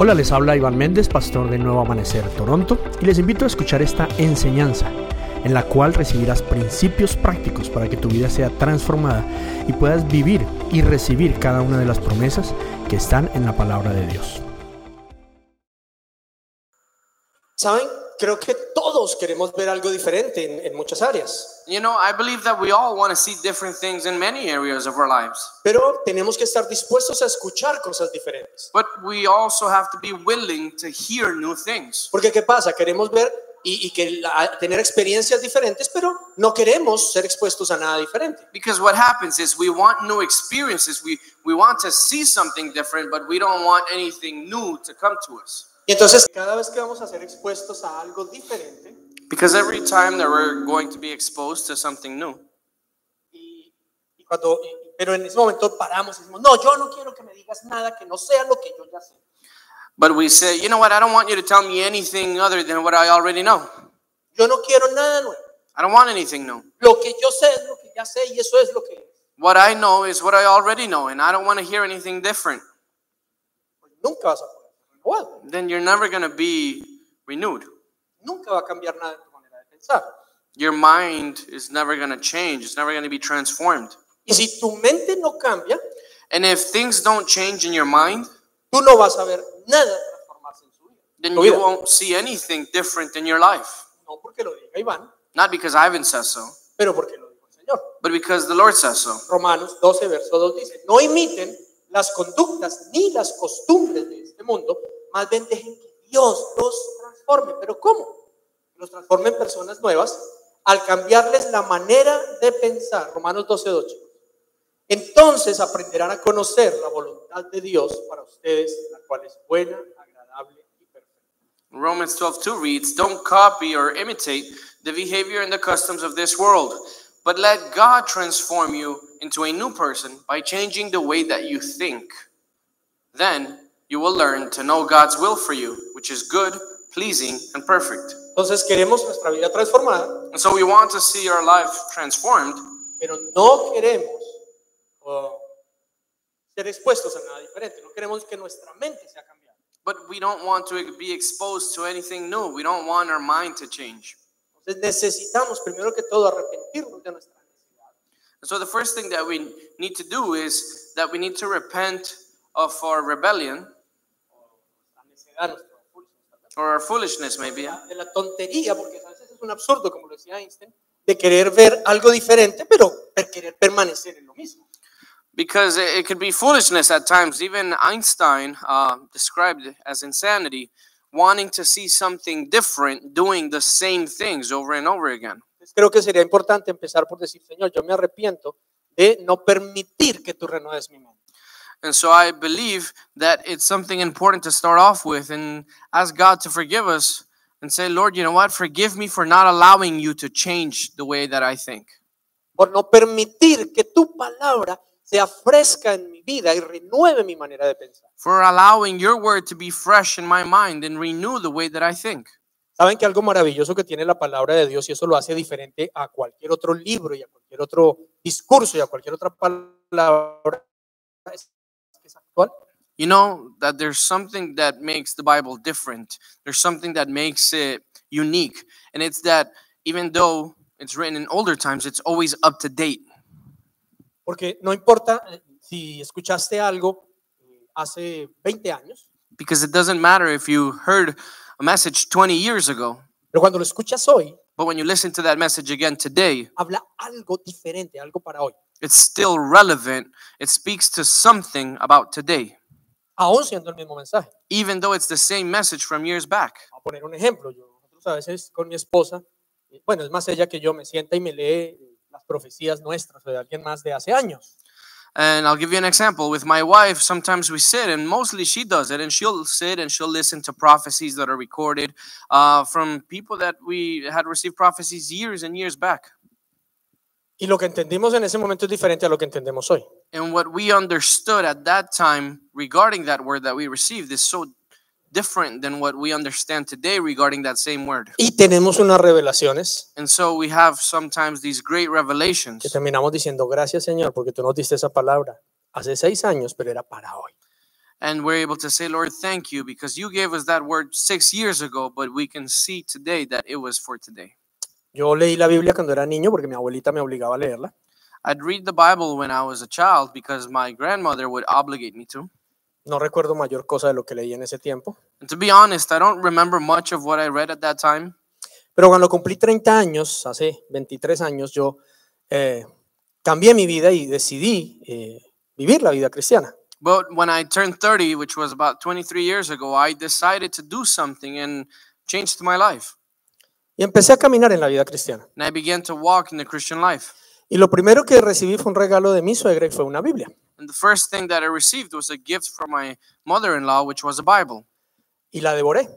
Hola, les habla Iván Méndez, pastor de Nuevo Amanecer Toronto, y les invito a escuchar esta enseñanza en la cual recibirás principios prácticos para que tu vida sea transformada y puedas vivir y recibir cada una de las promesas que están en la palabra de Dios. ¿Saben? Creo que todos queremos ver algo diferente en, en muchas áreas, You know, I believe that we all want to see different things in many areas of our lives, pero tenemos que estar dispuestos a escuchar cosas diferentes. but we also have to be willing to hear new things. Porque ¿qué pasa? Queremos ver y, y que la- tener experiencias diferentes, pero no queremos ser expuestos a nada diferente. Because what happens is we want new experiences, we, we want to see something different, but we don't want anything new to come to us. Y entonces cada vez que vamos a ser expuestos a algo diferente Because every time that we're going to be exposed to something new, y, y cuando y- pero en ese momento paramos y decimos, "No, yo no quiero que me digas nada que no sea lo que yo ya sé." but we say, you know what, I don't want you to tell me anything other than what I already know. Yo no quiero nada nuevo. I don't want anything new. Lo que yo sé es lo que ya sé y eso es lo que es. What I know is what I already know, and I don't want to hear anything different. Pues nunca vas a poder ser renovado. Then you're never going to be renewed. Nunca va a cambiar nada en tu manera de pensar. Your mind is never going to change, it's never going to be transformed. Y si tu mente no cambia, And if things don't change in your mind, tú no vas a ver nada transformarse en su vida. then Tu you vida. won't see anything different in your life. No porque lo diga Iván, Not because Ivan says so, pero porque lo dijo el Señor. but because the Lord says so. Romanos 12, verso 2 dice, no imiten las conductas ni las costumbres de este mundo, más bien dejen que Dios los transforme. ¿Pero cómo? Los transforme en personas nuevas al cambiarles la manera de pensar. Romanos 12, 2. Entonces aprenderán a conocer la voluntad de Dios para ustedes, la cual es buena, agradable y perfecta. Romans 12 2 reads, Don't copy or imitate the behavior and the customs of this world, but let God transform you into a new person by changing the way that you think. Then you will learn to know God's will for you, which is good, pleasing, and perfect. Entonces queremos nuestra vida transformada, And so we want to see our life transformed, pero no queremos oh, ser expuestos a nada diferente. No queremos que nuestra mente sea cambiada. but we don't want to be exposed to anything new. We don't want our mind to change. Entonces necesitamos primero que todo arrepentirnos de nuestra necesidad. And so the first thing that we need to do is that we need to repent of our rebellion La necedad, nuestro impulso, nuestra or our foolishness maybe necesidad, de la tontería, porque a veces es un absurdo, como lo decía Einstein, de querer ver algo diferente, pero per- querer permanecer en lo mismo. because it, it could be foolishness at times even einstein uh, described it as insanity wanting to see something different doing the same things over and over again Entonces creo que sería importante empezar por decir, Señor, yo me arrepiento de no permitir que tú renueves mi mente. and so i believe that it's something important to start off with and ask god to forgive us and say lord you know what forgive me for not allowing you to change the way that i think Por no permitir que tu palabra sea fresca en mi vida y renueve mi manera de pensar. for allowing your word to be fresh in my mind and renew the way that i think Saben que algo maravilloso que tiene la palabra de Dios y eso lo hace diferente a cualquier otro libro y a cualquier otro discurso y a cualquier otra palabra es que es actual. you know that there's something that makes the bible different there's something that makes it unique and it's that even though it's written in older times it's always up to date Porque no importa eh, si escuchaste algo eh, hace 20 años, because it doesn't matter if you heard a message 20 years ago pero cuando lo escuchas hoy, but when you listen to that message again today habla algo diferente, algo para hoy. it's still relevant it speaks to something about today Aún siendo el mismo mensaje. even though it's the same message from years back Voy a poner un ejemplo. Yo, nosotros a veces con mi esposa, eh, bueno, es más ella que yo, me sienta y me lee eh, las profecías nuestras o de alguien más de hace años. And I'll give you an example. With my wife, sometimes we sit, and mostly she does it, and she'll sit and she'll listen to prophecies that are recorded uh, from people that we had received prophecies years and years back. Y lo que entendimos en ese momento es diferente a lo que entendemos hoy. And what we understood at that time regarding that word that we received is so different than what we understand today regarding that same word. Y tenemos unas revelaciones And so we have sometimes these great revelations. que terminamos diciendo, gracias Señor, porque tú nos diste esa palabra hace seis años, pero era para hoy. And we're able to say, Lord, thank you because you gave us that word six years ago, but we can see today that it was for today. Yo leí la Biblia cuando era niño porque mi abuelita me obligaba a leerla. I'd read the Bible when I was a child because my grandmother would obligate me to. No recuerdo mayor cosa de lo que leí en ese tiempo. And to be honest, I don't remember much of what I read at that time. Pero cuando cumplí 30 años, hace 23 años, yo eh, cambié mi vida y decidí eh, vivir la vida cristiana. But when I turned 30, which was about 23 years ago, I decided to do something and changed my life. Y empecé a caminar en la vida cristiana. And I began to walk in the Christian life. Y lo primero que recibí fue un regalo de mi suegra y fue una Biblia. And the first thing that I received was a gift from my mother in law, which was a Bible. Y la devoré.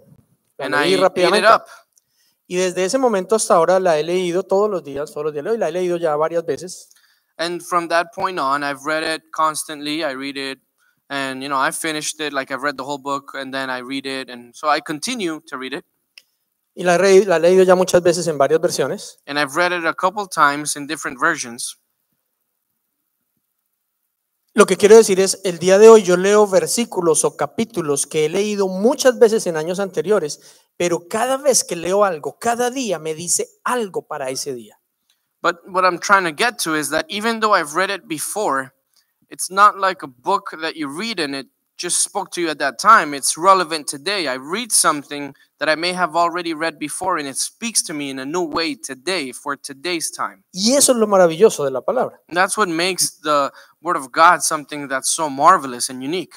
La And I leí ate it rápidamente. up. Y desde ese momento hasta ahora la he leído todos los días, todos los días. Y la he leído ya varias veces. And from that point on, I've read it constantly. I read it and, you know, I finished it. Like I've read the whole book and then I read it. And so I continue to read it. Y la, he re- la he leído ya muchas veces en varias versiones. And I've read it a couple times in different versions. Lo que quiero decir es, el día de hoy yo leo versículos o capítulos que he leído muchas veces en años anteriores, pero cada vez que leo algo, cada día me dice algo para ese día. But what I'm trying to get to is that even though I've read it before, it's not like a book that you read and it just spoke to you at that time. It's relevant today. I read something that I may have already read before and it speaks to me in a new way today for today's time. Y eso es lo maravilloso de la palabra. And that's what makes the Word of God something that's so marvelous and unique.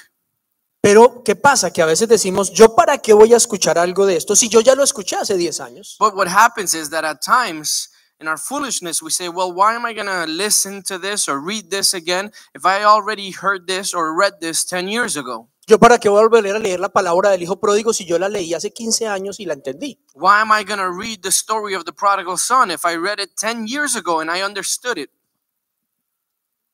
Pero, ¿qué pasa? Que a veces decimos, ¿yo para qué voy a escuchar algo de esto si yo ya lo escuché hace 10 años? But what happens is that at times, in our foolishness, we say, Well, why am I going to listen to this or read this again if I already heard this or read this 10 years ago? ¿Yo para qué voy a volver a leer la palabra del Hijo Pródigo si yo la leí hace 15 años y la entendí? Why am I going to read the story of the prodigal son if I read it 10 years ago and I understood it?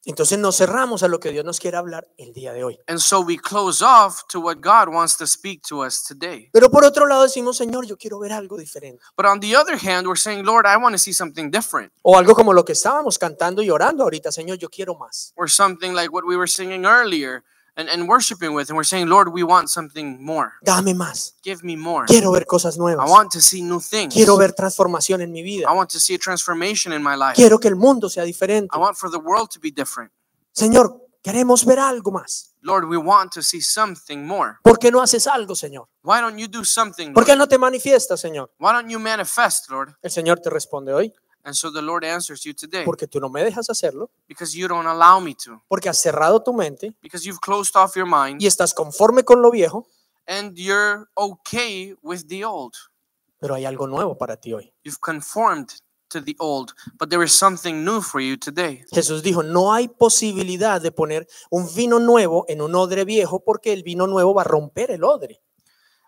Entonces nos cerramos a lo que Dios nos quiere hablar el día de hoy. And so we close off to what God wants to speak to us today. Pero por otro lado decimos, Señor, yo quiero ver algo diferente. But on the other hand, we're saying, Lord, I want to see something different, O algo como lo que estábamos cantando y orando ahorita, Señor, yo quiero más. or something like what we were singing earlier and, and worshiping with. And we're saying, Lord, we want something more. Dame más. Give me more. Quiero ver cosas I nuevas. want to see new things. Quiero ver transformación en mi vida. I want to see a transformation in my life. Quiero que el mundo sea diferente. I want for the world to be different. Señor, queremos ver algo más. Lord, we want to see something more. ¿Por qué no haces algo, Señor? Why don't you do something? ¿Por Lord? qué no te manifiestas, Señor? Why don't you manifest, Lord? El Señor te responde hoy, And so the Lord answers you today porque tú no me dejas hacerlo, because you don't allow me to, porque has cerrado tu mente because you've closed off your mind y estás conforme con lo viejo, and you're okay with the old. pero hay algo nuevo para ti hoy. You've conformed to the old, but there is something new for you today. Jesús dijo, no hay posibilidad de poner un vino nuevo en un odre viejo porque el vino nuevo va a romper el odre.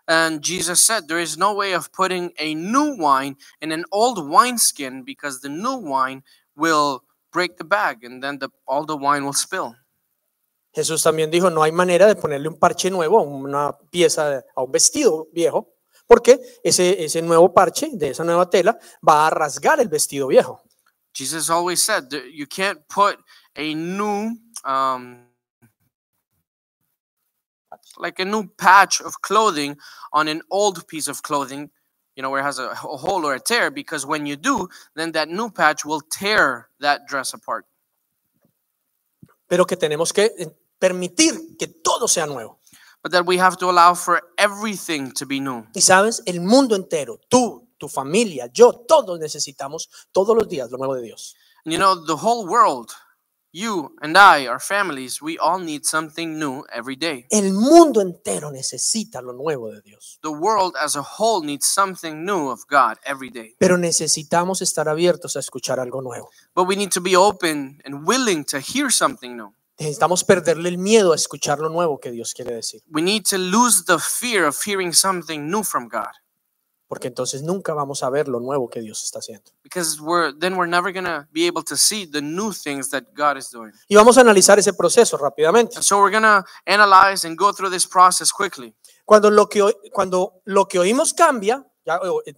And Jesus said, There is no way of putting a new wine in an old wineskin because the new wine will break the bag and then the, all the wine will spill. Jesús también dijo, no hay manera de ponerle un parche nuevo a una pieza, a un vestido viejo, porque ese, ese nuevo parche de esa nueva tela va a rasgar el vestido viejo. Jesus always said that you can't put a new, um, like a new patch of clothing on an old piece of clothing, you know, where it has a, a hole or a tear, because when you do, then that new patch will tear that dress apart. Pero que tenemos que eh, permitir que todo sea nuevo. But that we have to allow for everything to be new. Y sabes, el mundo entero, tú, tu familia, yo, todos necesitamos todos los días lo nuevo de Dios. You know, the whole world, you and I, our families, we all need something new every day. El mundo entero necesita lo nuevo de Dios. The world as a whole needs something new of God every day. Pero necesitamos estar abiertos a escuchar algo nuevo. But we need to be open and willing to hear something new. Necesitamos perderle el miedo a escuchar lo nuevo que Dios quiere decir, We need to lose the fear of hearing something new from God porque entonces nunca vamos a ver lo nuevo que Dios está haciendo. because we're then we're never going to be able to see the new things that God is doing. Y vamos a analizar ese proceso rápidamente. And so we're going to analyze and go through this process quickly. Cuando lo que, oí- cuando lo que oímos cambia, ya, o, eh,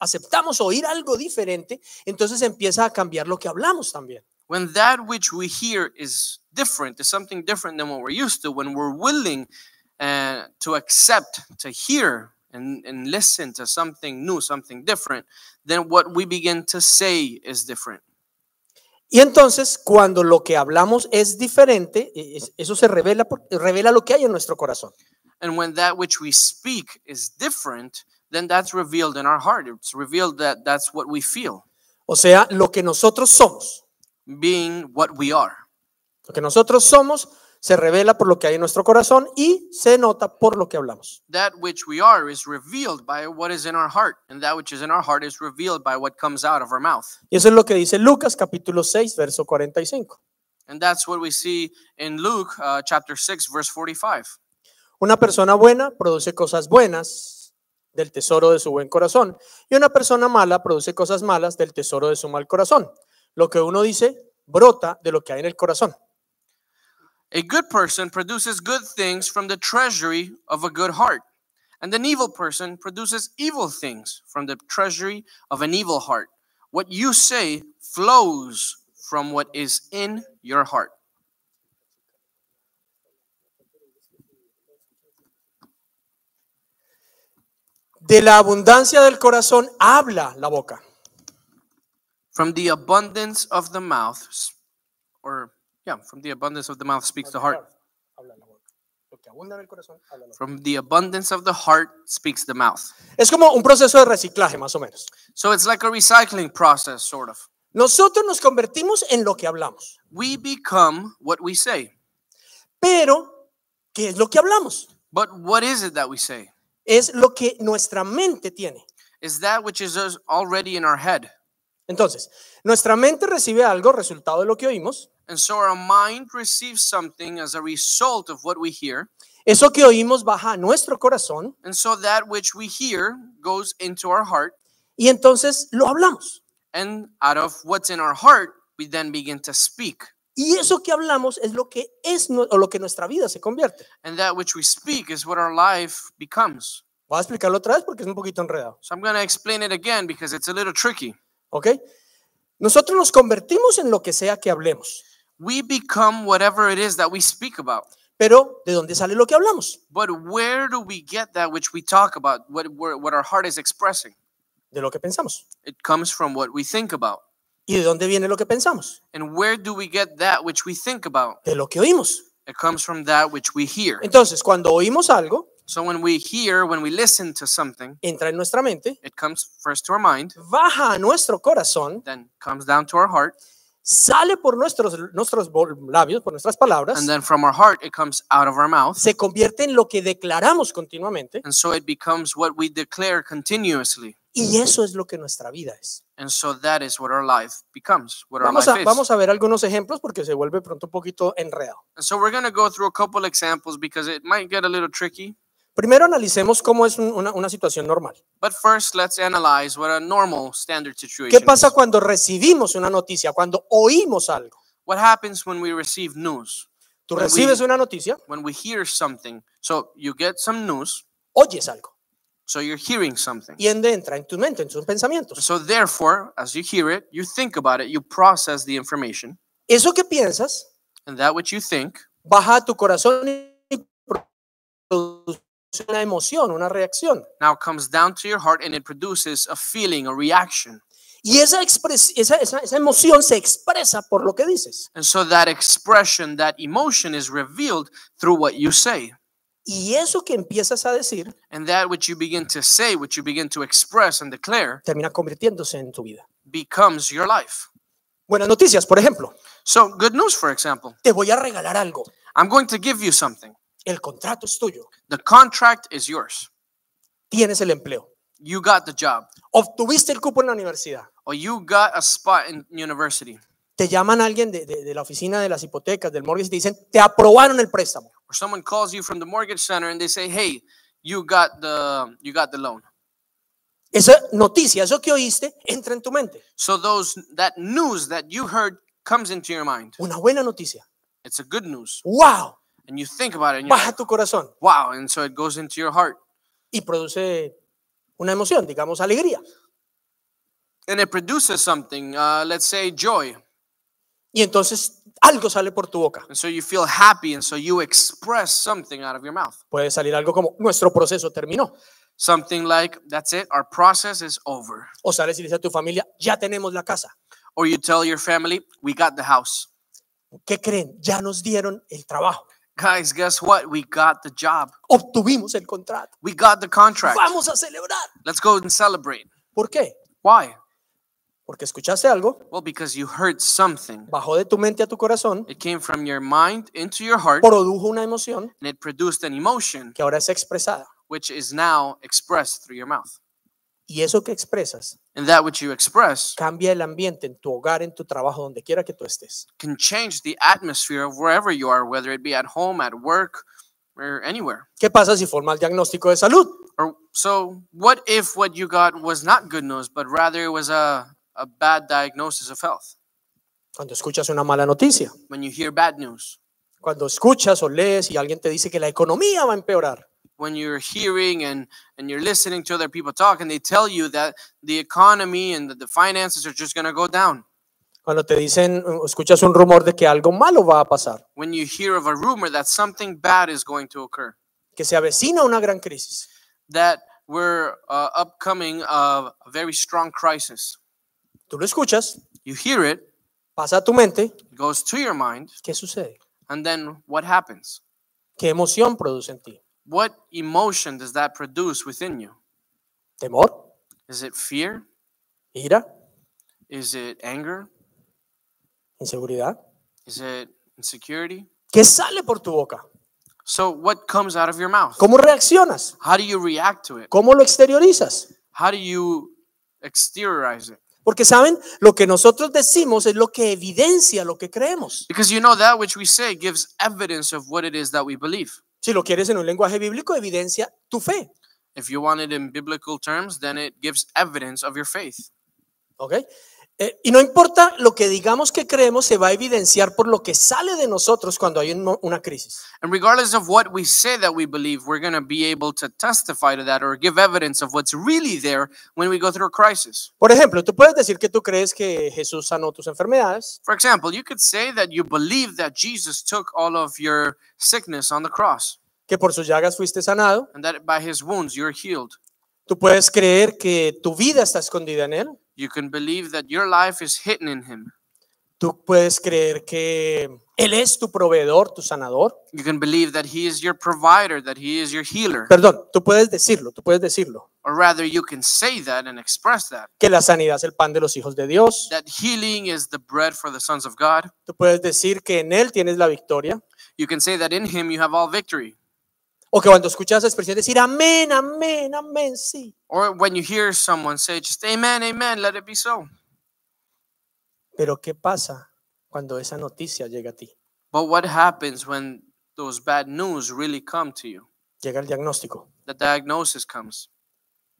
aceptamos oír algo diferente, entonces empieza a cambiar lo que hablamos también. when that which we hear is different, is something different than what we're used to, when we're willing and to accept, to hear, and, and listen to something new, something different, then what we begin to say is different. Y entonces, cuando lo que hablamos es diferente, e- es- eso se revela, por- revela lo que hay en nuestro corazón. And when that which we speak is different, then that's revealed in our heart. It's revealed that that's what we feel, O sea, lo que nosotros somos. being what we are. Lo que nosotros somos se revela por lo que hay en nuestro corazón y se nota por lo que hablamos. That which we are is revealed by what is in our heart, and that which is in our heart is revealed by what comes out of our mouth. Y eso es lo que dice Lucas capítulo 6, verso 45. And that's what we see in Luke uh, chapter 6, verse 45. Una persona buena produce cosas buenas del tesoro de su buen corazón y una persona mala produce cosas malas del tesoro de su mal corazón. Lo que uno dice brota de lo que hay en el corazón. A good person produces good things from the treasury of a good heart, and an evil person produces evil things from the treasury of an evil heart. What you say flows from what is in your heart. De la abundancia del corazón habla la boca. From the abundance of the mouth, s- or yeah, from the abundance of the mouth speaks the heart. Habla la boca. Lo que abunda en el corazón, habla la boca. From the abundance of the heart speaks the mouth. Es como un proceso de reciclaje, más o menos. So it's like a recycling process, sort of. Nosotros nos convertimos en lo que hablamos, We become what we say. pero ¿qué es lo que hablamos? But what is it that we say? Es lo que nuestra mente tiene. is that which is us- already in our head. Entonces, nuestra mente recibe algo, resultado de lo que oímos. And so our mind receives something as a result of what we hear. Eso que oímos baja a nuestro corazón And so that which we hear goes into our heart. y entonces lo hablamos. And out of what's in our heart, we then begin to speak. Y eso que hablamos es lo que es nu- o lo que nuestra vida se convierte. And that which we speak is what our life becomes. Voy a explicarlo otra vez porque es un poquito enredado, So I'm going to explain it again because it's a little tricky. ¿ok? Nosotros nos convertimos en lo que sea que hablemos, We become whatever it is that we speak about. pero ¿de dónde sale lo que hablamos? But where do we get that which we talk about, what, we're- what our heart is expressing? De lo que pensamos. It comes from what we think about. ¿Y de dónde viene lo que pensamos? And where do we get that which we think about? De lo que oímos. It comes from that which we hear. Entonces, cuando oímos algo, So when we hear, when we listen to something, entra en nuestra mente, it comes first to our mind, baja a nuestro corazón, then comes down to our heart, sale por nuestros, nuestros bol- labios, por nuestras palabras, and then from our heart, it comes out of our mouth. se convierte en lo que declaramos continuamente And so it becomes what we declare continuously. y eso es lo que nuestra vida es. And so that is what our life becomes, what our Vamos life a, is. vamos a ver algunos ejemplos porque se vuelve pronto un poquito enredado. And so we're going to go through a couple examples because it might get a little tricky. Primero analicemos cómo es un- una, una situación normal. But first, let's analyze what a normal standard situation ¿Qué pasa is. cuando recibimos una noticia, cuando oímos algo? What happens when we receive news? Tú When we- recibes una noticia, when we hear something. So you get some news, oyes algo so you're hearing something. y en- entra en tu mente, en tus pensamientos. So therefore, as you hear it, you think about it, you process the information, Eso que piensas and that which you think baja a tu corazón y produce una emoción, una reacción. now comes down to your heart and it produces a feeling, a reaction. Y esa, expres- esa, esa- esa emoción se expresa por lo que dices. And so that expression, that emotion is revealed through what you say. Y eso que empiezas a decir And that which you begin to say, what you begin to express and declare, termina convirtiéndose en tu vida. becomes your life. Buenas noticias, por ejemplo. So, good news, for example, Te voy a regalar algo. I'm going to give you something. El contrato es tuyo. The contract is yours. Tienes el empleo. You got the job. Obtuviste el cupo en la universidad. or you got a spot in university Te llaman a alguien de, de- de la oficina de las hipotecas, del mortgage, y te dicen, te aprobaron el préstamo. or someone calls you from the mortgage center and they say hey you got the you got the loan Esa noticia, eso que oíste, entra en tu mente. so those that news that you heard comes into your mind Una buena noticia. it's a good news ¡Wow! and you think about it and you're Baja like, tu corazón. wow and so it goes into your heart y produce una emoción, digamos alegría. and it produces something uh, let's say joy Y entonces algo sale por tu boca. And so you feel happy, and so you express something out of your mouth. Puede salir algo como, nuestro proceso terminó. Something like, that's it, our process is over. O sales y dices a tu familia, ya tenemos la casa. Or you tell your family, we got the house. ¿Qué creen? Ya nos dieron el trabajo. Guys, guess what? We got the job. Obtuvimos el contrato. We got the contract. Vamos a celebrar. Let's go and celebrate. ¿Por qué? Why? Porque escuchaste algo, Well, because you heard something. bajó de tu mente a tu corazón, It came from your mind into your heart, produjo una emoción and it produced an emotion, que ahora es expresada. which is now expressed through your mouth. Y eso que expresas And that which you express cambia el ambiente en tu hogar, en tu trabajo, donde quiera que tú estés. can change the atmosphere of wherever you are, whether it be at home, at work, or anywhere. ¿Qué pasa si forma el diagnóstico de salud? Or so, what if what you got was not good news, but rather it was a, a bad diagnosis of health? Cuando escuchas una mala noticia, When you hear bad news, cuando escuchas o lees y alguien te dice que la economía va a empeorar, when you're hearing and, and you're listening to other people talk and they tell you that the economy and that the finances are just going to go down. cuando te dicen, o escuchas un rumor de que algo malo va a pasar, When you hear of a rumor that something bad is going to occur, que se avecina una gran crisis. that we're uh, upcoming of a very strong crisis. Tú lo escuchas, You hear it, pasa a tu mente, it goes to your mind, ¿qué sucede? and then what happens? ¿Qué emoción produce en ti? What emotion does that produce within you? ¿Temor? Is it fear? ¿Ira? Is it anger? ¿Inseguridad? Is it insecurity? ¿Qué sale por tu boca? So, what comes out of your mouth? ¿Cómo reaccionas? How do you react to it? ¿Cómo lo exteriorizas? How do you exteriorize it? Porque saben, lo que nosotros decimos es lo que evidencia lo que creemos. Because you know that which we say gives evidence of what it is that we believe. Si lo quieres en un lenguaje bíblico, evidencia tu fe. If you want it in biblical terms, then it gives evidence of your faith. ¿Ok? Eh, y no importa lo que digamos que creemos, se va a evidenciar por lo que sale de nosotros cuando hay un mo- una crisis. And regardless of what we say that we believe, we're going to be able to testify to that or give evidence of what's really there when we go through a crisis. Por ejemplo, tú puedes decir que tú crees que Jesús sanó tus enfermedades, For example, you could say that you believe that Jesus took all of your sickness on the cross que por sus llagas fuiste sanado. and that by his wounds you're healed. Tú puedes creer que tu vida está escondida en Él. You can believe that your life is hidden in him. Tú puedes creer que Él es tu proveedor, tu sanador. You can believe that he is your provider, that he is your healer. Perdón, tú puedes decirlo, tú puedes decirlo. Or rather, you can say that and express that. Que la sanidad es el pan de los hijos de Dios. That healing is the bread for the sons of God. Tú puedes decir que en Él tienes la victoria. You can say that in him you have all victory. O que cuando escuchas la expresión decir amén, amén, amén, sí. Or when you hear someone say, just amen, amen, let it be so. Pero ¿qué pasa cuando esa noticia llega a ti? But what happens when those bad news really come to you? Llega el diagnóstico, The diagnosis comes,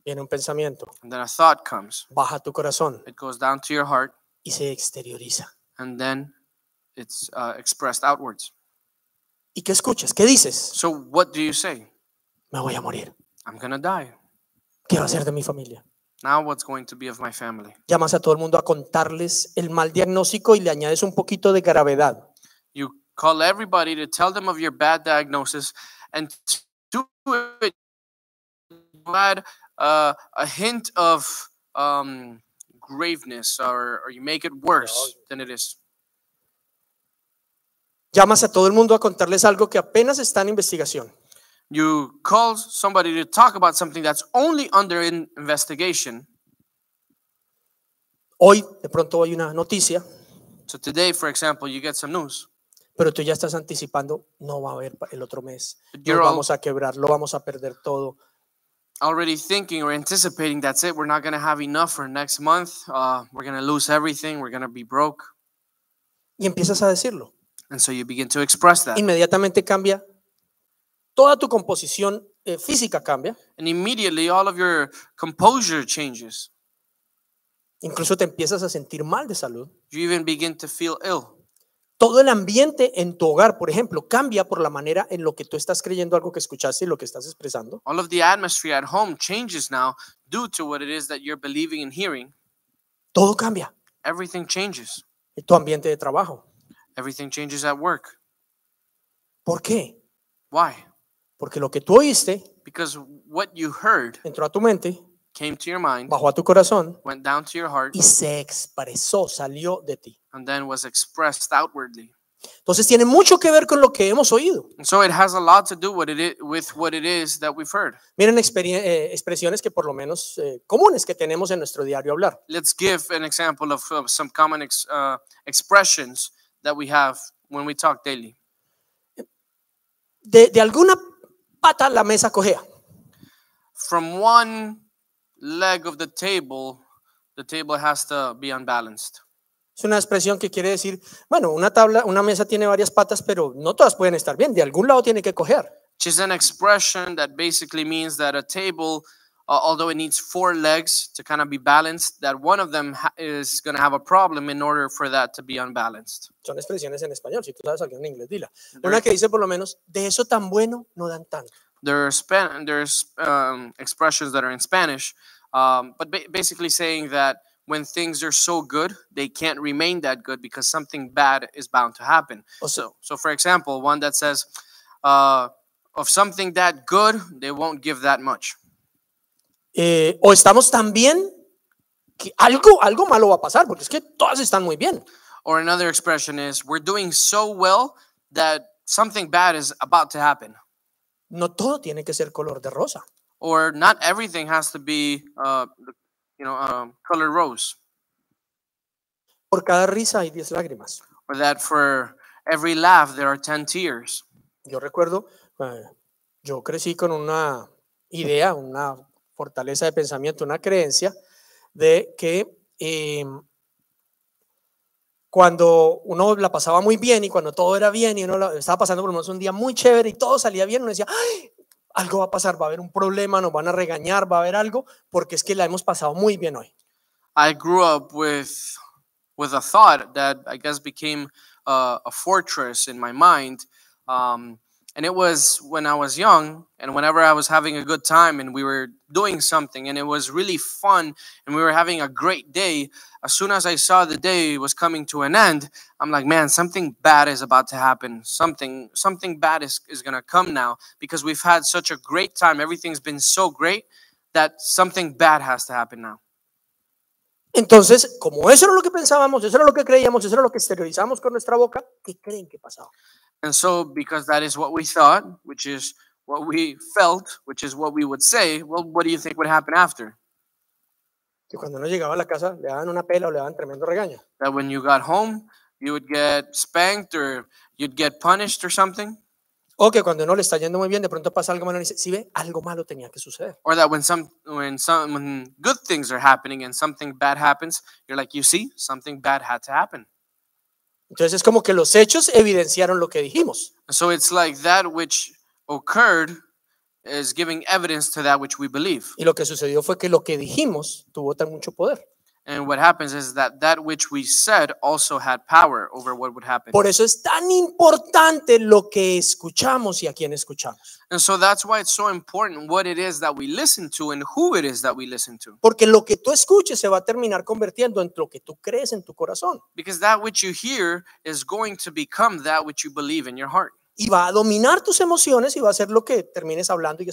viene un pensamiento, and then a thought comes. baja tu corazón It goes down to your heart, y se exterioriza. and then it's uh, expressed outwards. ¿Y qué escuchas? ¿Qué dices? So, what do you say? Me voy a morir. I'm gonna die. ¿Qué va a hacer de mi familia? Now, what's going to be of my family? Llamas a todo el mundo a contarles el mal diagnóstico y le añades un poquito de gravedad. You call everybody to tell them of your bad diagnosis, and to it, you add uh, a hint of um, graveness, or, or you make it worse than it is. Llamas a todo el mundo a contarles algo que apenas está en investigación. You call somebody to talk about something that's only under in- investigation. Hoy de pronto hay una noticia, So today, for example, you get some news. pero tú ya estás anticipando, no va a haber pa- el otro mes, You're lo all- vamos a quebrar, lo vamos a perder todo. already thinking or anticipating that's it we're not going to have enough for next month uh, we're going to lose everything we're going to be broke Y empiezas a decirlo. and so you begin to express that Inmediatamente cambia, toda tu composición eh, física cambia, and immediately all of your composure changes incluso te empiezas a sentir mal de salud. you even begin to feel ill Todo el ambiente en tu hogar, por ejemplo, cambia por la manera en lo que tú estás creyendo algo que escuchaste y lo que estás expresando. all of the atmosphere at home changes now due to what it is that you're believing and hearing Todo cambia. everything changes Tu ambiente de trabajo, Everything changes at work. ¿Por qué? Why? Porque lo que tú oíste Because what you heard entró a tu mente, came to your mind, bajó a tu corazón went down to your heart, y se expresó, salió de ti. and then was expressed outwardly. Entonces tiene mucho que ver con lo que hemos oído. And so it has a lot to do what it is, with what it is that we've heard. Miren experi- eh, expresiones que por lo menos eh, comunes que tenemos en nuestro diario hablar. Let's give an example of, of some common ex, uh, expressions that we have when we talk daily. De, de alguna pata la mesa cojea. From one leg of the table, the table has to be unbalanced. Es una expresión que quiere decir, bueno, una tabla, una mesa tiene varias patas, pero no todas pueden estar bien. De algún lado tiene que cojear. which is an expression that basically means that a table, uh, although it needs four legs to kind of be balanced, that one of them ha- is going to have a problem in order for that to be unbalanced. Son expresiones en español. Si tú sabes alguien en inglés, dila. Una que dice por lo menos, de eso tan bueno no dan tanto. There are span- there's um, expressions that are in Spanish, um, but ba- basically saying that when things are so good, they can't remain that good because something bad is bound to happen. O sea, So, so for example, one that says, uh, "Of something that good, they won't give that much." eh, o estamos tan bien que algo, algo malo va a pasar, porque es que todas están muy bien. Or another expression is we're doing so well that something bad is about to happen. No todo tiene que ser color de rosa. Or not everything has to be, uh, the- you know, um, color rose. Por cada risa hay 10 lágrimas. Or that for every laugh there are 10 tears. Yo recuerdo, eh, yo crecí con una idea, una fortaleza de pensamiento, una creencia de que eh, cuando uno la pasaba muy bien y cuando todo era bien y uno la- estaba pasando por lo menos un día muy chévere y todo salía bien, uno decía, "Ay, algo va a pasar, va a haber un problema, nos van a regañar, va a haber algo, porque es que la hemos pasado muy bien hoy. I grew up with with a thought that I guess became uh, a fortress in my mind, um, and it was when I was young, and whenever I was having a good time, and we were doing something, and it was really fun, and we were having a great day. As soon as I saw the day was coming to an end, I'm like, man, something bad is about to happen. Something something bad is, is gonna come now because we've had such a great time. Everything's been so great that something bad has to happen now. Entonces, como eso era lo que pensábamos, eso era lo que creíamos, eso era lo que exteriorizamos con nuestra boca, ¿qué creen que pasaba? And so, because that is what we thought, which is what we felt, which is what we would say, well, what do you think would happen after? que cuando uno llegaba a la casa le daban una pela o le daban tremendo regaño. That when you got home, you would get spanked or you'd get punished or something? O que cuando uno le está yendo muy bien, de pronto pasa algo malo y dice, si ve, algo malo tenía que suceder. Or that when some when some when good things are happening and something bad happens, you're like, you see, something bad had to happen. Entonces es como que los hechos evidenciaron lo que dijimos. And so it's like that which occurred is giving evidence to that which we believe. Y lo que sucedió fue que lo que dijimos tuvo tan mucho poder. And what happens is that that which we said also had power over what would happen. Por eso es tan importante lo que escuchamos y a quién escuchamos. And so that's why it's so important what it is that we listen to and who it is that we listen to. Porque lo que tú escuches se va a terminar convirtiendo en lo que tú crees en tu corazón Because that which you hear is going to become that which you believe in your heart. y va a dominar tus emociones y va a ser lo que termines hablando y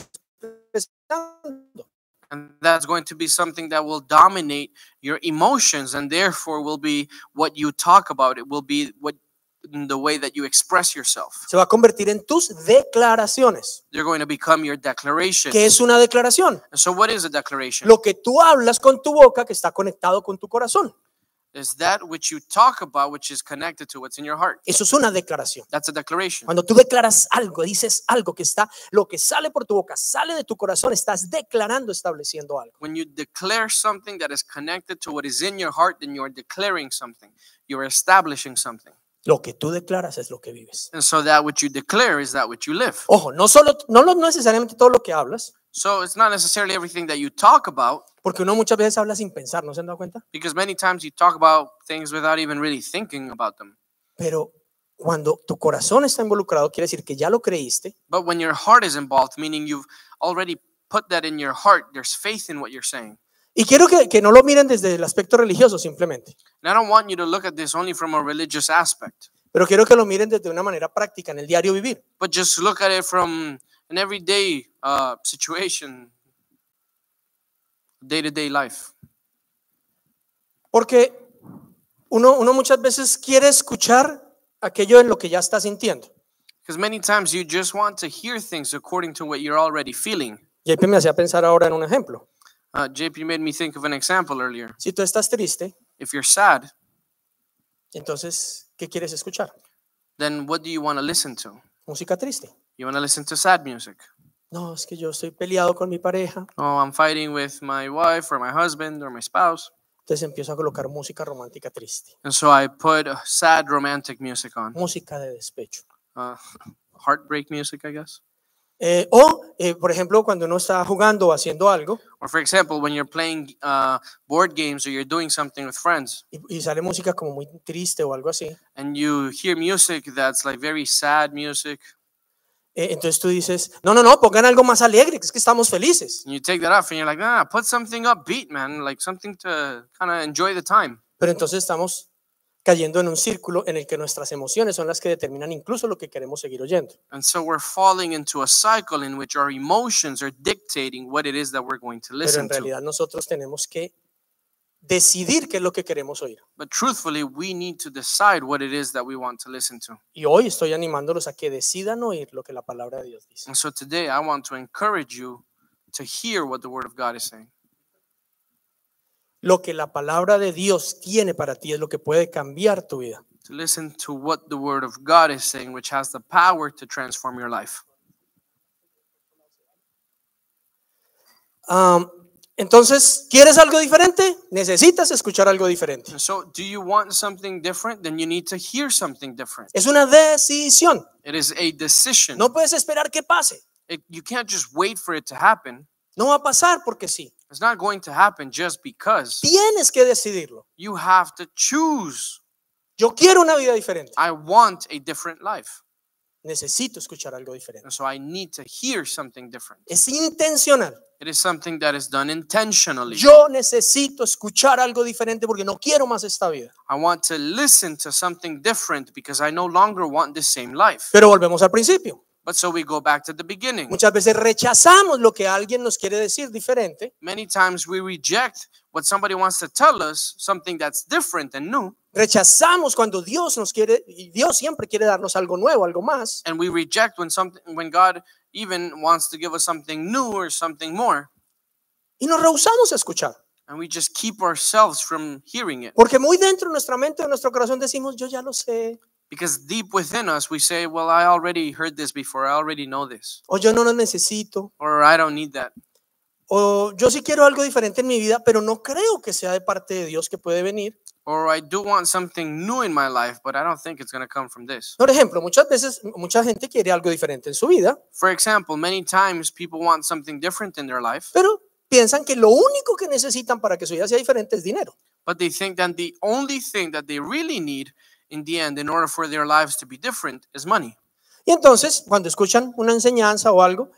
expresando. And that's going to be something that will dominate your emotions and therefore will be what you talk about. It will be what the way that you express yourself. Se va a convertir en tus declaraciones. They're going to become your declaration. ¿Qué es una declaración? And so what is a declaration? Lo que tú hablas con tu boca que está conectado con tu corazón. Is that which you talk about which is connected to what's in your heart. Eso es una declaración. That's a declaration. Cuando tú declaras algo, dices algo que está, lo que sale por tu boca, sale de tu corazón, estás declarando, estableciendo algo. when you declare something that is connected to what is in your heart, then you are declaring something. You're establishing something. Lo que tú declaras es lo que vives. And so that which you declare is that which you live. Ojo, no solo, no lo- no necesariamente todo lo que hablas, So it's not necessarily everything that you talk about, porque uno muchas veces habla sin pensar, ¿no se han dado cuenta? because many times you talk about things without even really thinking about them. Pero cuando tu corazón está involucrado, quiere decir que ya lo creíste But when your heart is involved, meaning you've already put that in your heart, there's faith in what you're saying. Y quiero que, que no lo miren desde el aspecto religioso simplemente, And I don't want you to look at this only from a religious aspect, Pero quiero que lo miren desde una manera práctica, en el diario vivir. But just look at it from an everyday uh, situation, day to day life. Porque uno, uno muchas veces quiere escuchar aquello en lo que ya está sintiendo. Because many times you just want to hear things according to what you're already feeling. JP me hacía pensar ahora en un ejemplo. Uh, JP made me think of an example earlier. Si tú estás triste, If you're sad, entonces, ¿qué quieres escuchar? then what do you want to listen to? Música triste. You want to listen to sad music. No, es que yo estoy peleado con mi pareja. Oh, I'm fighting with my wife or my husband or my spouse. Entonces empiezo a colocar música romántica triste. And so I put uh, sad romantic music on, Música de despecho. uh, heartbreak music, I guess. Eh, o, eh, por ejemplo, cuando uno está jugando o haciendo algo Or, for example, when you're playing uh, board games or you're doing something with friends y, y sale música como muy triste o algo así, eh, and you hear music that's like very sad music, eh, entonces tú dices, no, no, no, pongan algo más alegre, que es que estamos felices. and you take that off and you're like, ah, put something upbeat, man, like something to kind of enjoy the time. Pero entonces estamos cayendo en un círculo en el que nuestras emociones son las que determinan incluso lo que queremos seguir oyendo. And so we're falling into a cycle in which our emotions are dictating what it is that we're going to Pero en listen to. realidad nosotros tenemos que decidir qué es lo que queremos oír. But truthfully, we need to decide what it is that we want to listen to. Y hoy estoy animándolos a que decidan oír lo que la palabra de Dios dice. And so today, I want to encourage you to hear what the Word of God is saying. Lo que la palabra de Dios tiene para ti es lo que puede cambiar tu vida. to listen to what the word of God is saying, which has the power to transform your life. Am, entonces, ¿quieres algo diferente? Necesitas escuchar algo diferente. And so, do you want something different? Then you need to hear something different. Es una decisión. It is a decision. No puedes esperar que pase. It, you can't just wait for it to happen. No va a pasar porque sí. It's not going to happen just because. Tienes que decidirlo. You have to choose. Yo quiero una vida diferente. I want a different life. Necesito escuchar algo diferente. And so, I need to hear something different. Es intencional. It is something that is done intentionally. Yo necesito escuchar algo diferente porque no quiero más esta vida. I want to listen to something different because I no longer want the same life. Pero volvemos al principio. But so we go back to the beginning. Muchas veces rechazamos lo que alguien nos quiere decir diferente, many times we reject what somebody wants to tell us something that's different and new rechazamos cuando Dios nos quiere, y Dios siempre quiere darnos algo nuevo, algo más, and we reject when something when god even wants to give us something new or something more y nos rehusamos a escuchar, and we just keep ourselves from hearing it porque muy dentro de nuestra mente, de nuestro corazón decimos, yo ya lo sé, because deep within us we say well i already heard this before i already know this o yo no lo necesito, or i don't need that o yo sí quiero algo diferente en mi vida, pero no creo que sea de parte de Dios que puede venir. or i do want something new in my life but i don't think it's going to come from this Por ejemplo, muchas veces mucha gente quiere algo diferente en su vida, for example many times people want something different in their life pero piensan que lo único que necesitan para que su vida sea diferente es dinero. but they think that the only thing that they really need in the end in order for their lives to be different is money Y entonces, cuando escuchan una enseñanza o algo,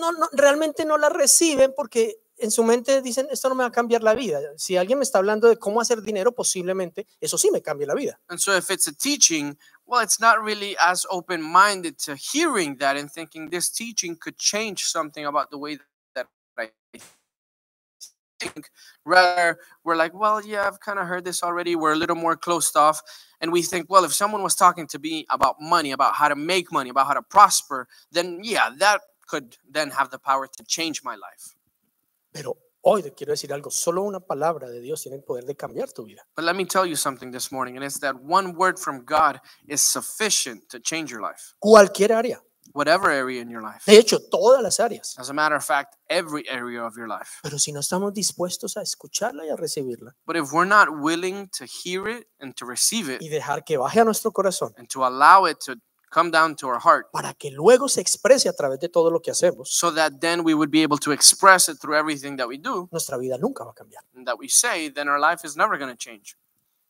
no, no, no, realmente no la reciben porque en su mente dicen, esto no me va a cambiar la vida. Si alguien me está hablando de cómo hacer dinero, posiblemente eso sí me cambie la vida. and so if it's a teaching well it's not really as open-minded to hearing that and thinking this teaching could change something about the way that i think rather we're like well yeah i've kind of heard this already we're a little more closed off and we think well if someone was talking to me about money about how to make money about how to prosper then yeah that could then have the power to change my life Pero hoy te quiero decir algo, solo una palabra de Dios tiene el poder de cambiar tu vida. But let me tell you something this morning, and it's that one word from God is sufficient to change your life, Cualquier área. whatever area in your life. De hecho, todas las áreas. As a matter of fact, every area of your life. Pero si no estamos dispuestos a escucharla y a recibirla But if we're not willing to hear it and to receive it y dejar que baje a nuestro corazón and to allow it to come down to our heart, para que luego se exprese a través de todo lo que hacemos, so that then we would be able to express it through everything that we do nuestra vida nunca va a cambiar. and that we say, then our life is never going to change.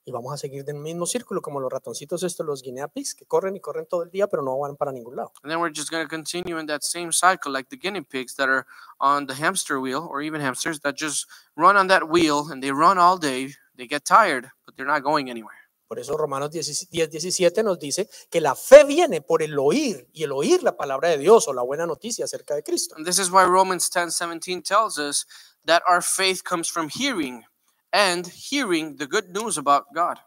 y vamos a seguir del mismo círculo como los ratoncitos estos, los guinea pigs, que corren y corren todo el día, pero no van para ningún lado. And then we're just going to continue in that same cycle, like the guinea pigs that are on the hamster wheel, or even hamsters that just run on that wheel and they run all day. They get tired, but they're not going anywhere. Por eso Romanos 10, 17 nos dice que la fe viene por el oír y el oír la palabra de Dios o la buena noticia acerca de Cristo. And this is why Romans 10:17 tells us that our faith comes from hearing and hearing the good news about God.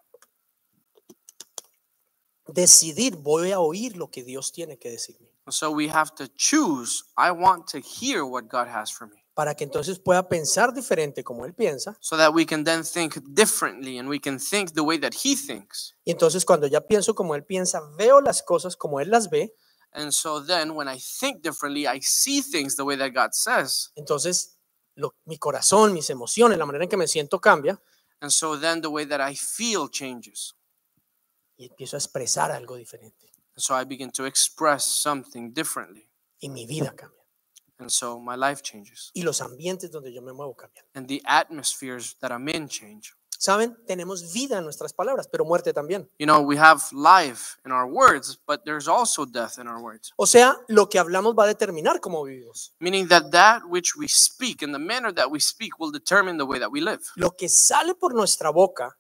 Decidir, voy a oír lo que Dios tiene que decirme, So we have to choose, I want to hear what God has for me. para que entonces pueda pensar diferente como Él piensa. So that we can then think differently and we can think the way that he thinks. Y entonces cuando ya pienso como Él piensa, veo las cosas como Él las ve, And so then when I think differently, I see things the way that God says. entonces lo- mi corazón, mis emociones, la manera en que me siento cambia And so then the way that I feel changes. y empiezo a expresar algo diferente And so I begin to express something differently. y mi vida cambia And so my life changes. y los ambientes donde yo me muevo cambian. And the atmospheres that I'm in change. Saben, tenemos vida en nuestras palabras, pero muerte también. You know, we have life in our words, but there's also death in our words. O sea, lo que hablamos va a determinar cómo vivimos. Meaning that that which we speak and the manner that we speak will determine the way that we live. Lo que sale por nuestra boca,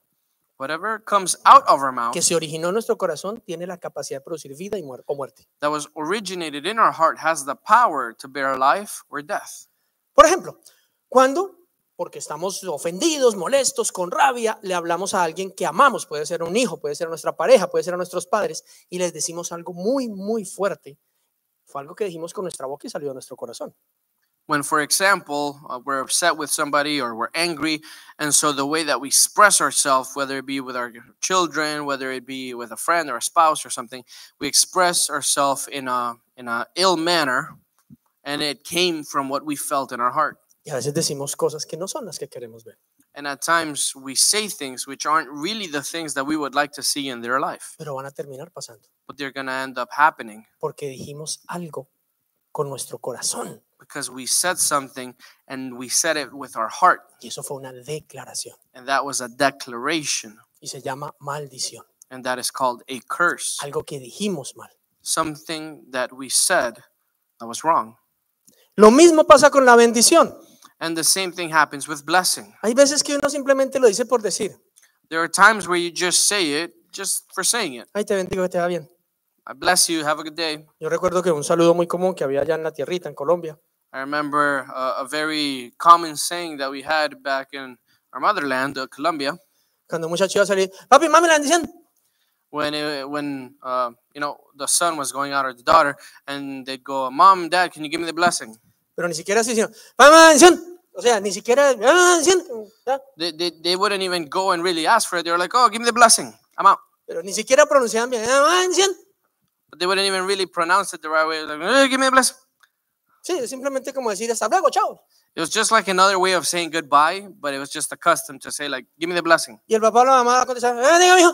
Whatever comes out of our mouth que se originó en nuestro corazón, tiene la capacidad de producir vida y muer- o muerte. that was originated in our heart has the power to bear life or death. Por ejemplo, cuando, porque estamos ofendidos, molestos, con rabia, le hablamos a alguien que amamos, puede ser un hijo, puede ser nuestra pareja, puede ser a nuestros padres, y les decimos algo muy, muy fuerte. Fue algo que dijimos con nuestra boca y salió de nuestro corazón. When, for example, uh, we're upset with somebody or we're angry, and so the way that we express ourselves, whether it be with our children, whether it be with a friend or a spouse or something, we express ourselves in a in a ill manner, and it came from what we felt in our heart. Y a veces decimos cosas que no son las que queremos ver. And at times we say things which aren't really the things that we would like to see in their life, pero van a terminar pasando, but they're gonna end up happening porque dijimos algo con nuestro corazón because we said something and we said it with our heart, y eso fue una declaración and that was a declaration, y se llama maldición, and that is called a curse. algo que dijimos mal. Something that we said that was wrong. Lo mismo pasa con la bendición. And the same thing happens with blessing. Hay veces que uno simplemente lo dice por decir, There are times where you just say it just for saying it. ay, te bendigo, que te va bien. I bless you. Have a good day. Yo recuerdo que un saludo muy común que había allá en la tierrita, en Colombia, I remember uh, a very common saying that we had back in our motherland, uh, Colombia, cuando un muchacho iba a salir, papi, mami, la bendición. when it, when uh, you know the son was going out or the daughter, and they'd go, "Mom, Dad, can you give me the blessing?" Pero ni siquiera así, sino, mami, la bendición. O sea, ni siquiera, "Mami, la bendición. ya. They, they, they wouldn't even go and really ask for it. They were like, "Oh, give me the blessing. I'm out." Pero ni siquiera pronunciaban bien, "Mami, la bendición. But they wouldn't even really pronounce it the right way. Like, "Eh, "Give me the blessing." Sí, es simplemente como decir, hasta luego, chao. It was just like another way of saying goodbye, but it was just a custom to say like, "Give me the blessing," Y el papá o la mamá contestaban, ah, diga, mijo.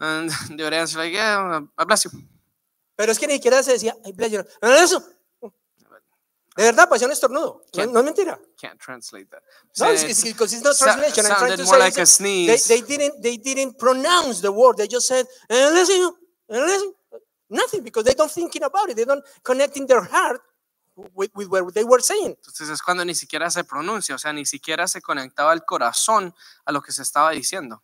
and they would answer like, "Yeah, I bless you." Pero es que ni siquiera se decía, ay, bless you". No, no, eso. De verdad, parecía un estornudo. No, ¿Quién? no es mentira. Can't translate that. No, Said it's, it- it's, because it's not Sa- translation. I'm trying sounded to more say like a it's- sneeze. They, they didn't, they didn't pronounce the word. They just said, "Eh, listen, you, eh, listen." nothing because they don't thinking about it. They don't connect in their heart with, with what they were saying. Entonces es cuando ni siquiera se pronuncia, o sea, ni siquiera se conectaba el corazón a lo que se estaba diciendo.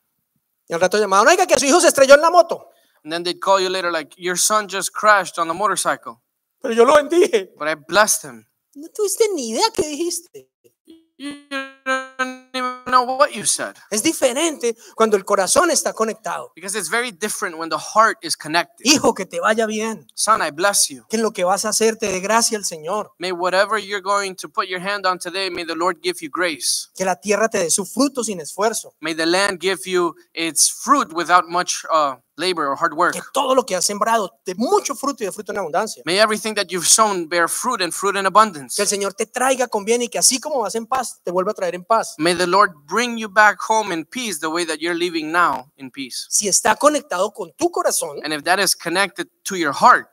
Y al rato llamaban, oiga, que su hijo se estrelló en la moto. And then they'd call you later like, "Your son just crashed on the motorcycle," Pero yo lo bendije. but I blessed him. No tuviste ni idea qué dijiste. You don't even know what you said Es diferente cuando el corazón está conectado. because it's very different when the heart is connected. Hijo, que te vaya bien. Son, I bless you. que en lo que vas a hacer te dé gracia el Señor, May whatever you're going to put your hand on today, may the Lord give you grace. que la tierra te dé su fruto sin esfuerzo, May the land give you its fruit without much uh, labor or hard work. que todo lo que has sembrado dé mucho fruto y de fruto en abundancia, May everything that you've sown bear fruit and fruit in abundance. que el Señor te traiga con bien y que así como vas en paz, te vuelva a traer en paz. May the Lord bring you back home in peace the way that you're leaving now in peace. Si está conectado con tu corazón, And if that is connected to your heart,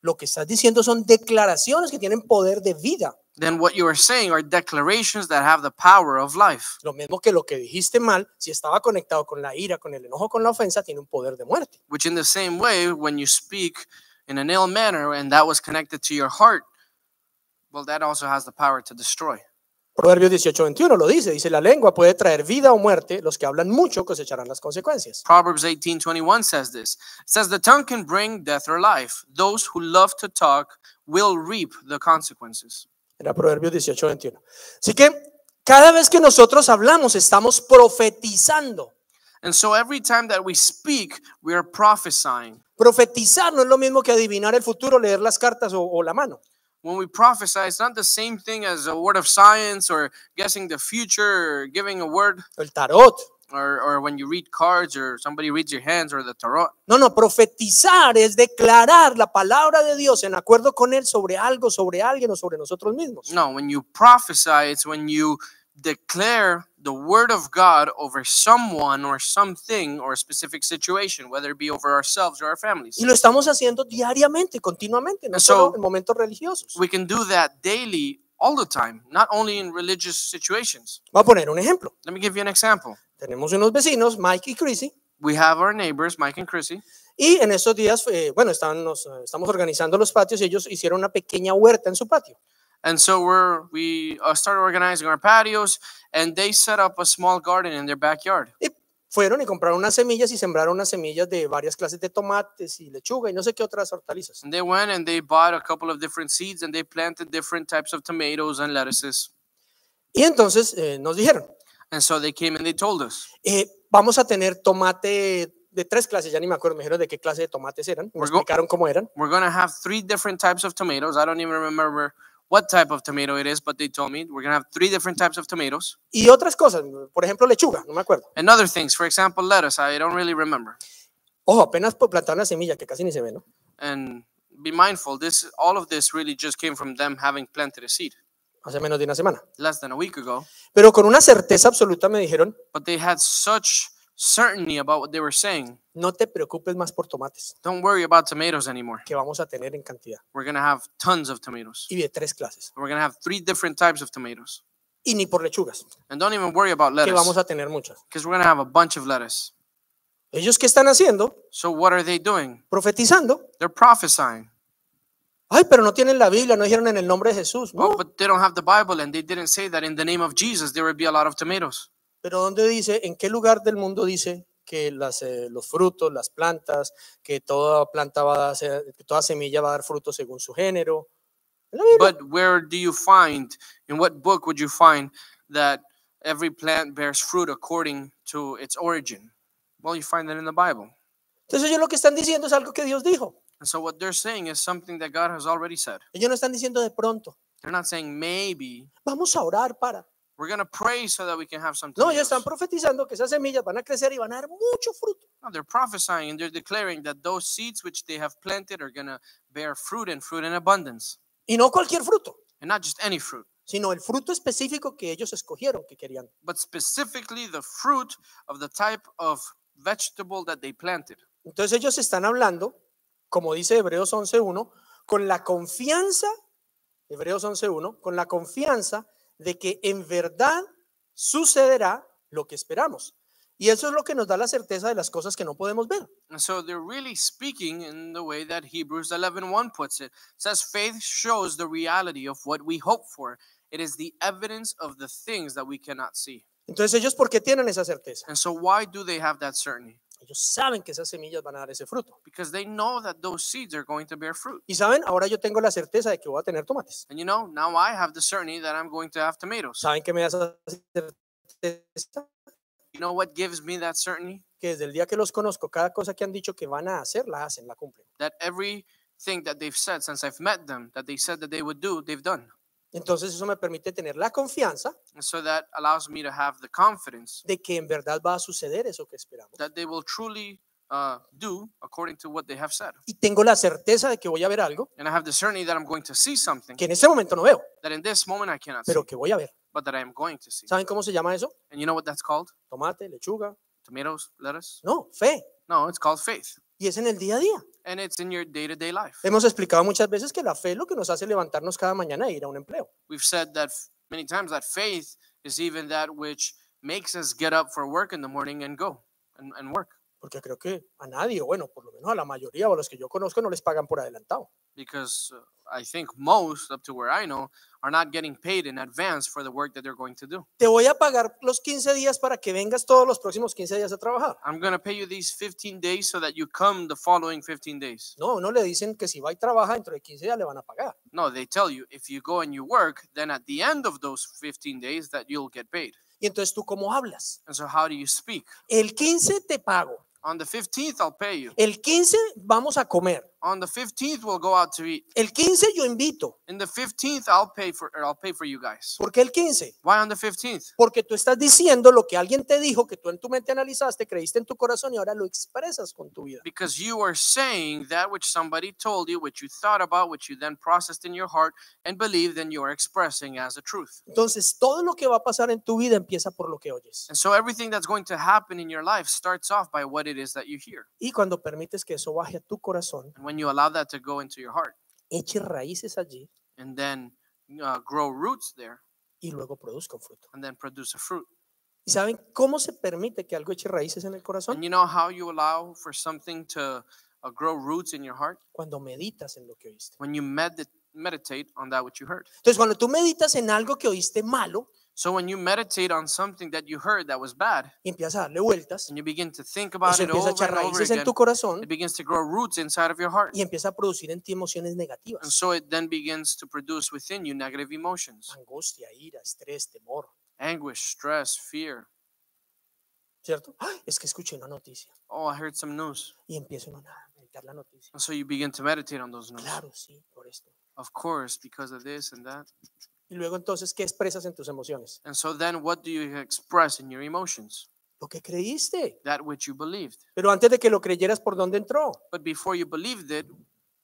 lo que estás diciendo son declaraciones que tienen poder de vida. then what you are saying are declarations that have the power of life. Lo mismo que lo que dijiste mal, si estaba conectado con la ira, con el enojo, con la ofensa, tiene un poder de muerte. Which, in the same way, when you speak in an ill manner and that was connected to your heart, well, that also has the power to destroy. Proverbios 18, 21 lo dice, dice, la lengua puede traer vida o muerte, los que hablan mucho cosecharán las consecuencias. Proverbs 18:21 says this. It says the tongue can bring death or life. Those who love to talk will reap the consequences. Era Proverbios 18, 21. Así que cada vez que nosotros hablamos estamos profetizando. And so every time that we speak, we are prophesying. Profetizar no es lo mismo que adivinar el futuro, leer las cartas o, o la mano. When we prophesy, it's not the same thing as a word of science or guessing the future or giving a word El tarot. or, or when you read cards or somebody reads your hands or the tarot. No, no, profetizar es declarar la palabra de Dios en acuerdo con Él sobre algo, sobre alguien o sobre nosotros mismos. No, when you prophesy, it's when you declare the word of God over someone or something or a specific situation, whether it be over ourselves or our families. Y lo estamos haciendo diariamente, continuamente, no solo Eso- en momentos religiosos. We can do that daily all the time, not only in religious situations. Voy a poner un ejemplo. Let me give you an example. Tenemos unos vecinos, Mike y Chrissy, We have our neighbors, Mike and Chrissy, y en estos días, eh, bueno, están, nos, eh, estamos organizando los patios y ellos hicieron una pequeña huerta en su patio. and so we're we uh, started organizing our patios, and they set up a small garden in their backyard. Y fueron y compraron unas semillas y sembraron unas semillas de varias clases de tomates y lechuga y no sé qué otras hortalizas. And they went and they bought a couple of different seeds, and they planted different types of tomatoes and lettuces. Y entonces eh, nos dijeron, And so they came and they told us eh, vamos a tener tomate de tres clases, ya ni me acuerdo, me dijeron de qué clase de tomates eran, me Orgo- explicaron cómo eran. we're gonna have three different types of tomatoes. I don't even remember what type of tomato it is, but they told me we're gonna have three different types of tomatoes. Y otras cosas, por ejemplo, lechuga, no me acuerdo. and other things. For example, lettuce. I don't really remember. Ojo, apenas por plantar una semilla, que casi ni se ve, ¿no? And be mindful. This, all of this, really just came from them having planted a seed Hace menos de una semana. less than a week ago. Pero con una certeza absoluta me dijeron, But they had such certainty about what they were saying. no te preocupes más por tomates, Don't worry about tomatoes anymore. que vamos a tener en cantidad. We're gonna have tons of tomatoes. Y de tres clases. We're gonna have three different types of tomatoes. Y ni por lechugas, And don't even worry about que vamos lettuce a tener muchas. because we're gonna have a bunch of lettuce. ¿Ellos qué están haciendo? So what are they doing? Profetizando. They're prophesying. Ay, pero no tienen la Biblia, no dijeron en el nombre de Jesús. Oh, No, but they don't have the Bible, and they didn't say that in the name of Jesus there would be a lot of tomatoes. Pero ¿dónde dice, en qué lugar del mundo dice que las, eh, los frutos, las plantas, que toda planta va a dar, se- que toda semilla va a dar fruto según su género? En la Biblia. But where do you find, in what book would you find that every plant bears fruit according to its origin? Well, you find that in the Bible. Entonces ellos lo que están diciendo es algo que Dios dijo. And so what they're saying is something that God has already said. Ellos no están diciendo de pronto, They're not saying maybe vamos a orar para. we're going to pray so that we can have something. No, ellos están profetizando que esas semillas van a crecer y van a dar mucho fruto. no, they're prophesying and they're declaring that those seeds which they have planted are going to bear fruit and fruit in abundance. Y no cualquier fruto, And not just any fruit, sino el fruto específico que ellos escogieron que querían. but specifically the fruit of the type of vegetable that they planted. Entonces ellos están hablando, como dice Hebreos 11.1, con la confianza, Hebreos 11.1, con la confianza de que en verdad sucederá lo que esperamos. Y eso es lo que nos da la certeza de las cosas que no podemos ver. And so they're really speaking in the way that Hebrews 11:1 puts it. It says faith shows the reality of what we hope for. It is the evidence of the things that we cannot see. Entonces ellos, ¿por qué tienen esa certeza? And so why do they have that certainty? Ellos saben que esas semillas van a dar ese fruto. Because they know that those seeds are going to bear fruit. Y saben, ahora yo tengo la certeza de que voy a tener tomates. And you know, now I have the certainty that I'm going to have tomatoes. ¿Saben que me da esa certeza? You know what gives me that certainty? Que desde el día que los conozco, cada cosa que han dicho que van a hacer, la hacen, la cumplen. That everything that they've said since I've met them, that they said that they would do, they've done. Entonces eso me permite tener la confianza And so that allows me to have the confidence de que en verdad va a suceder eso que esperamos. that they will truly uh, do according to what they have said. Y tengo la certeza de que voy a ver algo and I have the certainty that I'm going to see something que en este momento no veo, that in this moment I cannot see, pero que voy a ver. but that I am going to see. ¿Saben cómo se llama eso? And you know what that's called? Tomate, lechuga. Tomatoes, lettuce? No, fe. No, it's called faith. Y es en el día a día. And it's in your day to day life. Hemos explicado muchas veces que la fe es lo que nos hace levantarnos cada mañana e ir a un empleo. We've said that f- many times that faith is even that which makes us get up for work in the morning and go and, and work. Porque creo que a nadie, o bueno, por lo menos a la mayoría o a los que yo conozco no les pagan por adelantado. because uh, I think most, up to where I know, are not getting paid in advance for the work that they're going to do. Te voy a pagar los 15 días para que vengas todos los próximos 15 días a trabajar. I'm going to pay you these 15 days so that you come the following 15 days. No, no le dicen que si va y trabaja dentro de 15 días le van a pagar. No, they tell you if you go and you work, then at the end of those 15 days that you'll get paid. Y entonces tú cómo hablas. And so how do you speak? El 15 te pago. On the 15th I'll pay you. El 15 vamos a comer. On the 15th we'll go out to eat. El 15 yo invito. In the 15th I'll pay for or I'll pay for you guys. ¿Por qué el 15? Why on the 15th? Porque tú estás diciendo lo que alguien te dijo, que tú en tu mente analizaste, creíste en tu corazón y ahora lo expresas con tu vida. Because you are saying that which somebody told you, which you thought about, which you then processed in your heart and believed, and you are expressing as a truth. Entonces, todo lo que va a pasar en tu vida empieza por lo que oyes. And so everything that's going to happen in your life starts off by what it is that you hear. Y cuando permites que eso baje a tu corazón, And when you allow that to go into your heart eche raíces allí and then uh, grow roots there y luego produzca un fruto. and then produce a fruit. ¿Y saben cómo se permite que algo eche raíces en el corazón? And you know how you allow for something to uh, grow roots in your heart? Cuando meditas en lo que oíste. When you medit meditate on that which you heard. Entonces, cuando tú meditas en algo que oíste malo So when you meditate on something that you heard that was bad y empiezas a darle vueltas, and you begin to think about eso it empieza a over echar and over raíces en again, tu corazón it begins to grow roots inside of your heart. y empieza a producir en ti emociones And negativas. so it then begins to produce within you negative emotions, Angustia, ira, estrés, temor, anguish, stress, fear. ¿cierto? ¡Ay! Es que escuché una noticia Oh, I heard some news. y empiezo uno a meditar la noticia. And so you begin to meditate on those news. Claro, sí, por esto. Of course, because of this and that. Y luego entonces, ¿qué expresas en tus emociones? And so then what do you express in your emotions? Lo que creíste. That which you believed. Pero antes de que lo creyeras, ¿por dónde entró? But before you believed it,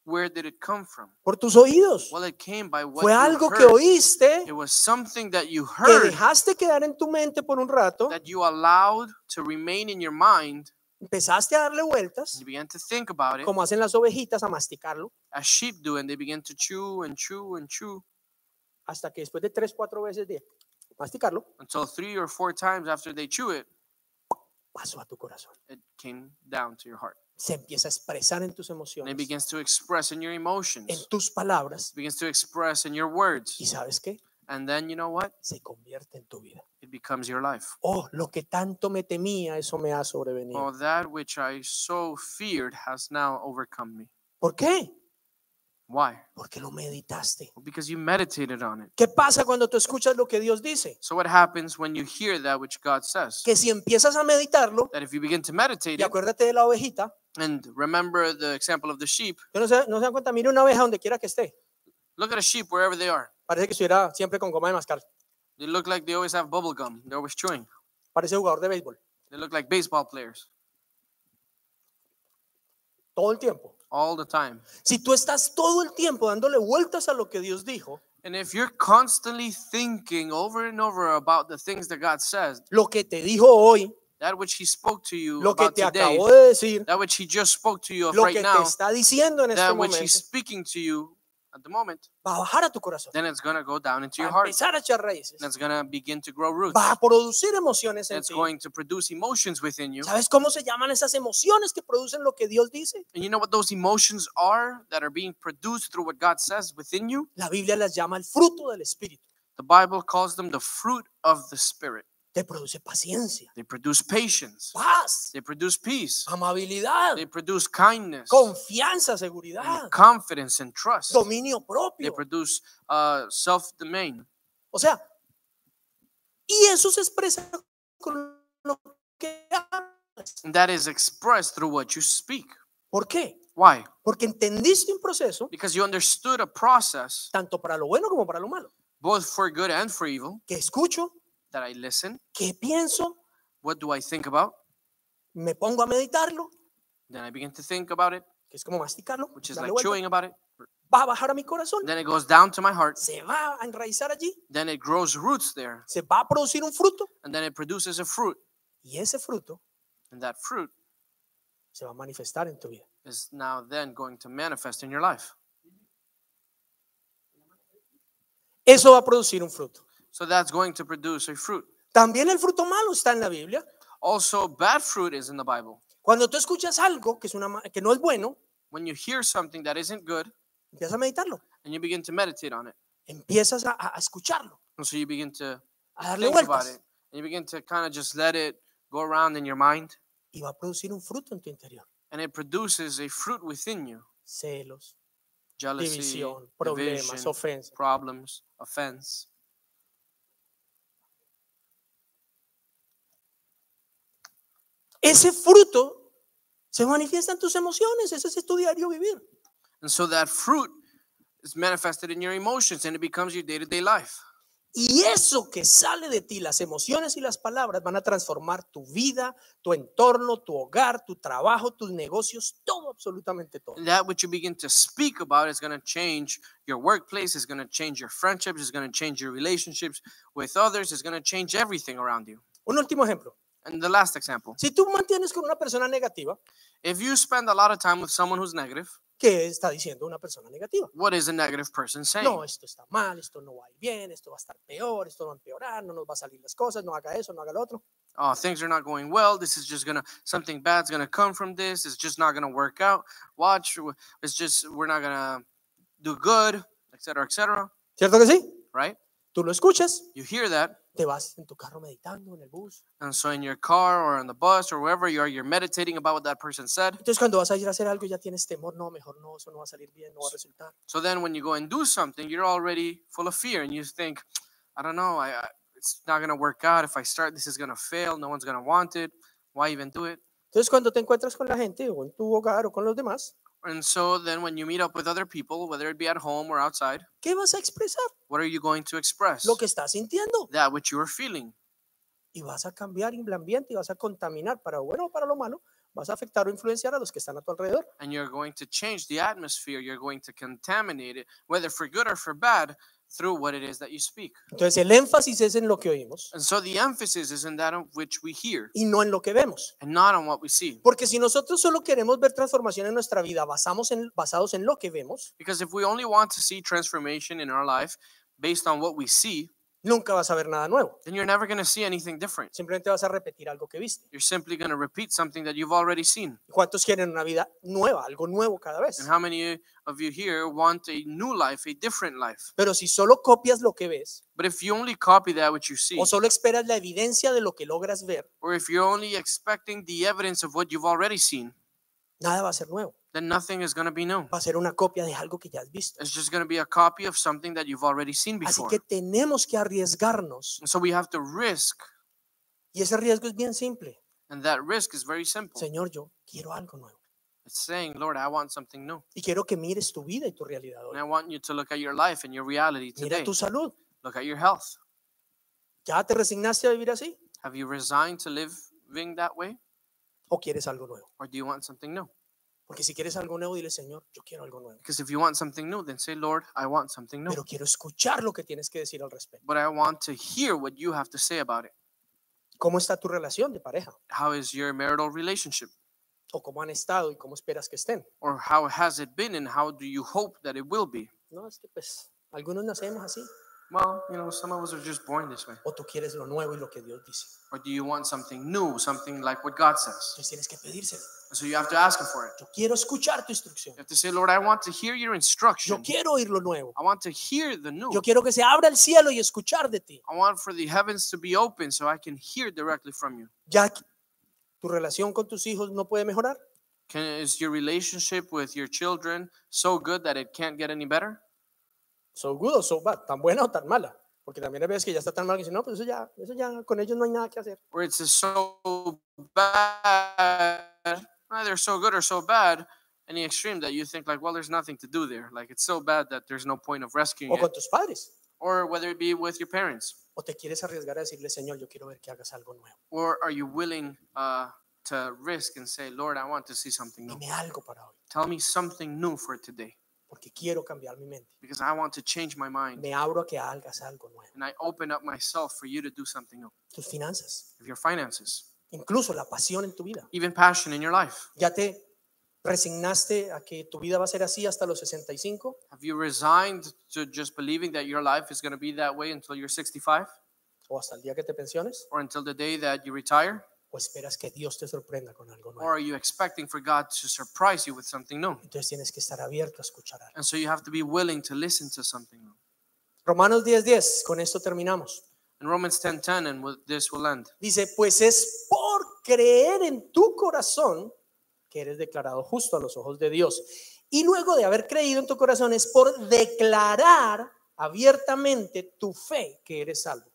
where did it come from? Por tus oídos. Well, it came by what Fue you algo que heard. oíste, It was something that you que heard dejaste quedar en tu mente por un rato, that you allowed to remain in your mind. empezaste a darle and vueltas, You began to think about it como hacen las ovejitas, a masticarlo, as sheep do, and they begin to chew and chew and chew hasta que después de tres, cuatro veces de masticarlo, until three or four times after they chew it, pasó a tu corazón. it came down to your heart. Se empieza a expresar en tus And it emociones, begins to express in your emotions. en It tus palabras, begins to express in your y words. ¿sabes qué? And then you know what? Se convierte en tu vida. It becomes your life. Oh, lo que tanto me temía, eso me ha Oh, sobrevenido. that which I so feared has now overcome me. ¿Por qué? Why? Porque lo meditaste. Well, because you meditated on it. ¿Qué pasa cuando tú escuchas lo que Dios dice? So what happens when you hear that which God says? Que si empiezas a meditarlo, That if you begin to meditate y it, acuérdate de la ovejita, and remember the example of the sheep, Yo no sé, no se dan cuenta, mire una abeja donde quiera que esté. look at a sheep wherever they are. Parece que estuviera siempre con goma de mascar. They look like they always have bubble gum. They're always chewing. Parece jugador de béisbol. They look like baseball players Todo el tiempo. all the time. Si tú estás todo el tiempo dándole vueltas a lo que Dios dijo, And if you're constantly thinking over and over about the things that God says, lo que te dijo hoy, that which He spoke to you lo que about te today, acabó de decir, that which He just spoke to you of lo que te right now, está diciendo en este that which momento, He's speaking to you at the moment, va a bajar a tu corazón. then it's going to go down into Va your a heart empezar a echar raíces. and it's going to begin to grow roots. Va a producir emociones en It's ti. going to produce emotions within you. ¿Sabes cómo se llaman esas emociones que producen lo que Dios dice? And you know what those emotions are that are being produced through what God says within you? La Biblia las llama el fruto del Espíritu. The Bible calls them the fruit of the Spirit. Te produce paciencia, They produce patience, paz, they produce peace, amabilidad, they produce kindness, confianza, seguridad, and confidence, and trust. dominio They propio. produce uh, self domain. O sea, y eso se expresa con lo que hablas. And that is expressed through what you speak. ¿Por qué? Why? Porque entendiste un proceso, Because you understood a process, tanto para lo bueno como para lo malo, both for good and for evil, que escucho, that I listen. que pienso, What do I think about? me pongo a meditarlo, Then I begin to think about it, que es como masticarlo, which is darle like vuelta, chewing about it. va a bajar a mi corazón, Then it goes down to my heart. se va a enraizar allí, Then it grows roots there. se va a producir un fruto And then it produces a fruit. y ese fruto And that fruit se va a manifestar en tu vida. is now then going to manifest in your life. Eso va a producir un fruto. So that's going to produce a fruit. También el fruto malo está en la Biblia. Also, bad fruit is in the Bible. Cuando tú escuchas algo que, es una, ma- que no es bueno, When you hear something that isn't good empiezas a meditarlo, and you begin to meditate on it, empiezas a, a- a escucharlo, and so you begin to a darle think about it, vueltas and you begin to kind of just let it go around in your mind, y va a producir un fruto en tu interior. and it produces a fruit within you: Celos, jealousy, división, problemas, division, ofensas. problems, offense. Ese fruto se manifiesta en tus emociones, ese es tu diario vivir. And so that fruit is manifested in your emotions and it becomes your day to day life. Y eso que sale de ti, las emociones y las palabras, van a transformar tu vida, tu entorno, tu hogar, tu trabajo, tus negocios, todo, absolutamente todo. And that which you begin to speak about is going to change your workplace, is going to change your friendships, is going to change your relationships with others, is going to change everything around you. Un último ejemplo. And the last example Si tú mantienes con una persona negativa, if you spend a lot of time with someone who's negative, ¿qué está diciendo una persona negativa? what is a negative person saying? No, esto está mal, esto no va a ir bien, esto va a estar peor, esto va a empeorar, no nos va a salir las cosas, no haga eso, no haga lo otro. Oh, things are not going well. This is just going to, something bad's going to come from this. It's just not going to work out. Watch, w- it's just, we're not going to do good, et cetera, et cetera, ¿Cierto que sí? right? Tú lo escuchas, You hear that. te vas en tu carro meditando, en el bus. And so in your car or on the bus or wherever you are, you're meditating about what that person said. Entonces cuando vas a ir a hacer algo ya tienes temor, no, mejor no, eso no va a salir bien, no va a resultar. So then when you go and do something, you're already full of fear and you think, I don't know, I, I it's not going to work out. If I start, this is going to fail. No one's going to want it. Why even do it? Entonces, cuando te encuentras con la gente o en tu hogar o con los demás, And so then when you meet up with other people, whether it be at home or outside, ¿qué vas a expresar? what are you going to express? Lo que estás sintiendo. that which you are feeling. Y vas a cambiar el ambiente y vas a contaminar para lo bueno o para lo malo. Vas a afectar o influenciar a los que están a tu alrededor. And you're going to change the atmosphere. You're going to contaminate it, whether for good or for bad, through what it is that you speak. Entonces, el énfasis es en lo que oímos And so the emphasis is in that of which we hear. y no en lo que vemos. and not on what we see. Porque si nosotros solo queremos ver transformación en nuestra vida basamos en, basados en lo que vemos, Because if we only want to see transformation in our life based on what we see, nunca vas a ver nada nuevo. then you're never going to see anything different. Simplemente vas a repetir algo que viste. You're simply going to repeat something that you've already seen. ¿Cuántos quieren una vida nueva, algo nuevo cada vez? And how many of you here want a new life, a different life? Pero si solo copias lo que ves But if you only copy that which you see, o solo esperas la evidencia de lo que logras ver, or if you're only expecting the evidence of what you've already seen, nada va a ser nuevo. then nothing is going to be new. Va a ser una copia de algo que ya has visto. It's just going to be a copy of something that you've already seen Así before. que tenemos que arriesgarnos. And so we have to risk, Y ese riesgo es bien simple. and that risk is very simple. Señor, yo quiero algo nuevo. It's saying, Lord, I want something new. Y quiero que mires tu vida y tu realidad And I hoy. want you to look at your life and your reality Mira today. tu salud. Look at your health. ¿Ya te resignaste a vivir así? Have you resigned to living that way? ¿O quieres algo nuevo? Or do you want something new? Porque si quieres algo nuevo, dile, Señor, yo quiero algo nuevo. Because if you want something new, then say, Lord, I want something new. Pero quiero escuchar lo que tienes que decir al respecto. But I want to hear what you have to say about it. ¿Cómo está tu relación de pareja? How is your marital relationship? ¿O cómo han estado y cómo esperas que estén? Or how has it been and how do you hope that it will be? No, es que pues algunos nacemos así. Well, you know, some of us are just born this way. ¿O tú quieres lo nuevo y lo que Dios dice? Or do you want something new, something like what God says? Entonces tienes que pedírselo. And so you have to ask Him for it. Yo quiero escuchar tu instrucción. You have to say, Lord, I want to hear Yo your instruction. quiero oír lo nuevo. I want to hear the new. Yo quiero que se abra el cielo y escuchar de ti. I want for the heavens to be open so I can hear directly from you. Ya que tu relación con tus hijos no puede mejorar, Can, is your relationship with your children so good that it can't get any better? so good o so bad, tan buena o tan mala. Porque también hay veces que ya está tan mal que dicen, no, pues eso ya, eso ya, con ellos no hay nada que hacer. Where it's just so bad, either so good or so bad, any extreme that you think like, well, there's nothing to do there. Like it's so bad that there's no point of rescuing O con it. tus padres. Or whether it be with your parents. O te quieres arriesgar a decirle, Señor, yo quiero ver que hagas algo nuevo. Or are you willing uh, to risk and say, Lord, I want to see something new. Dime algo para hoy, Tell me something new for today porque quiero cambiar mi mente. because I want to change my mind. Me abro a que hagas algo nuevo. and I open up myself for you to do something new. Tus finanzas, If your finances, incluso la pasión en tu vida. even passion in your life, ¿Ya te resignaste a que tu vida va a ser así hasta los 65? have you resigned to just believing that your life is going to be that way until you're 65 ¿O hasta el día que te pensiones? or until the day that you retire? o esperas que Dios te sorprenda con algo nuevo. Or are you expecting for God to surprise you with something new? Entonces tienes que estar abierto a escuchar algo. And so you have to be willing to listen to something new. Romanos 10:10, con esto terminamos. In Romans 10:10, and with this will end. Dice, pues es por creer en tu corazón que eres declarado justo a los ojos de Dios. Y luego de haber creído en tu corazón es por declarar abiertamente tu fe que eres salvo.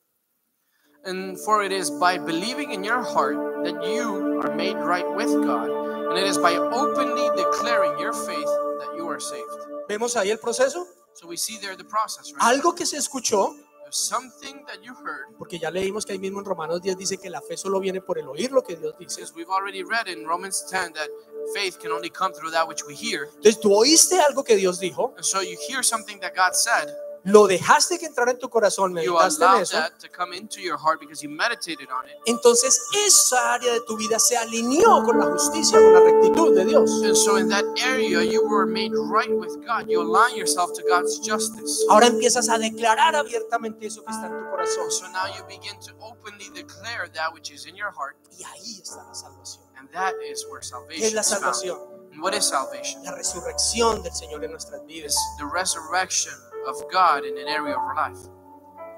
And for it is by believing in your heart that you are made right with God, and it is by openly declaring your faith that you are saved. ¿Vemos ahí el proceso? So we see there the process, right? Algo que se escuchó, There's something that you heard, porque ya leímos que ahí mismo en Romanos 10 dice que la fe solo viene por el oír lo que Dios dice. since we've already read in Romans 10 that faith can only come through that which we hear. Entonces tú oíste algo que Dios dijo, And so you hear something that God said, lo dejaste que entrara en tu corazón, you meditaste en allow eso. that to come into your heart because you meditated on it. Entonces esa área de tu vida se alineó con la justicia, con la rectitud de Dios. And so in that area, you were made right with God. You align yourself to God's justice. Ahora empiezas a declarar abiertamente eso que está en tu corazón. So now you begin to openly declare that which is in your heart, Y ahí está la salvación. and that is where ¿Qué es salvation la is found. salvación? And what is salvation? La resurrección del Señor en nuestras vidas. It's the resurrection of God in an area of our life.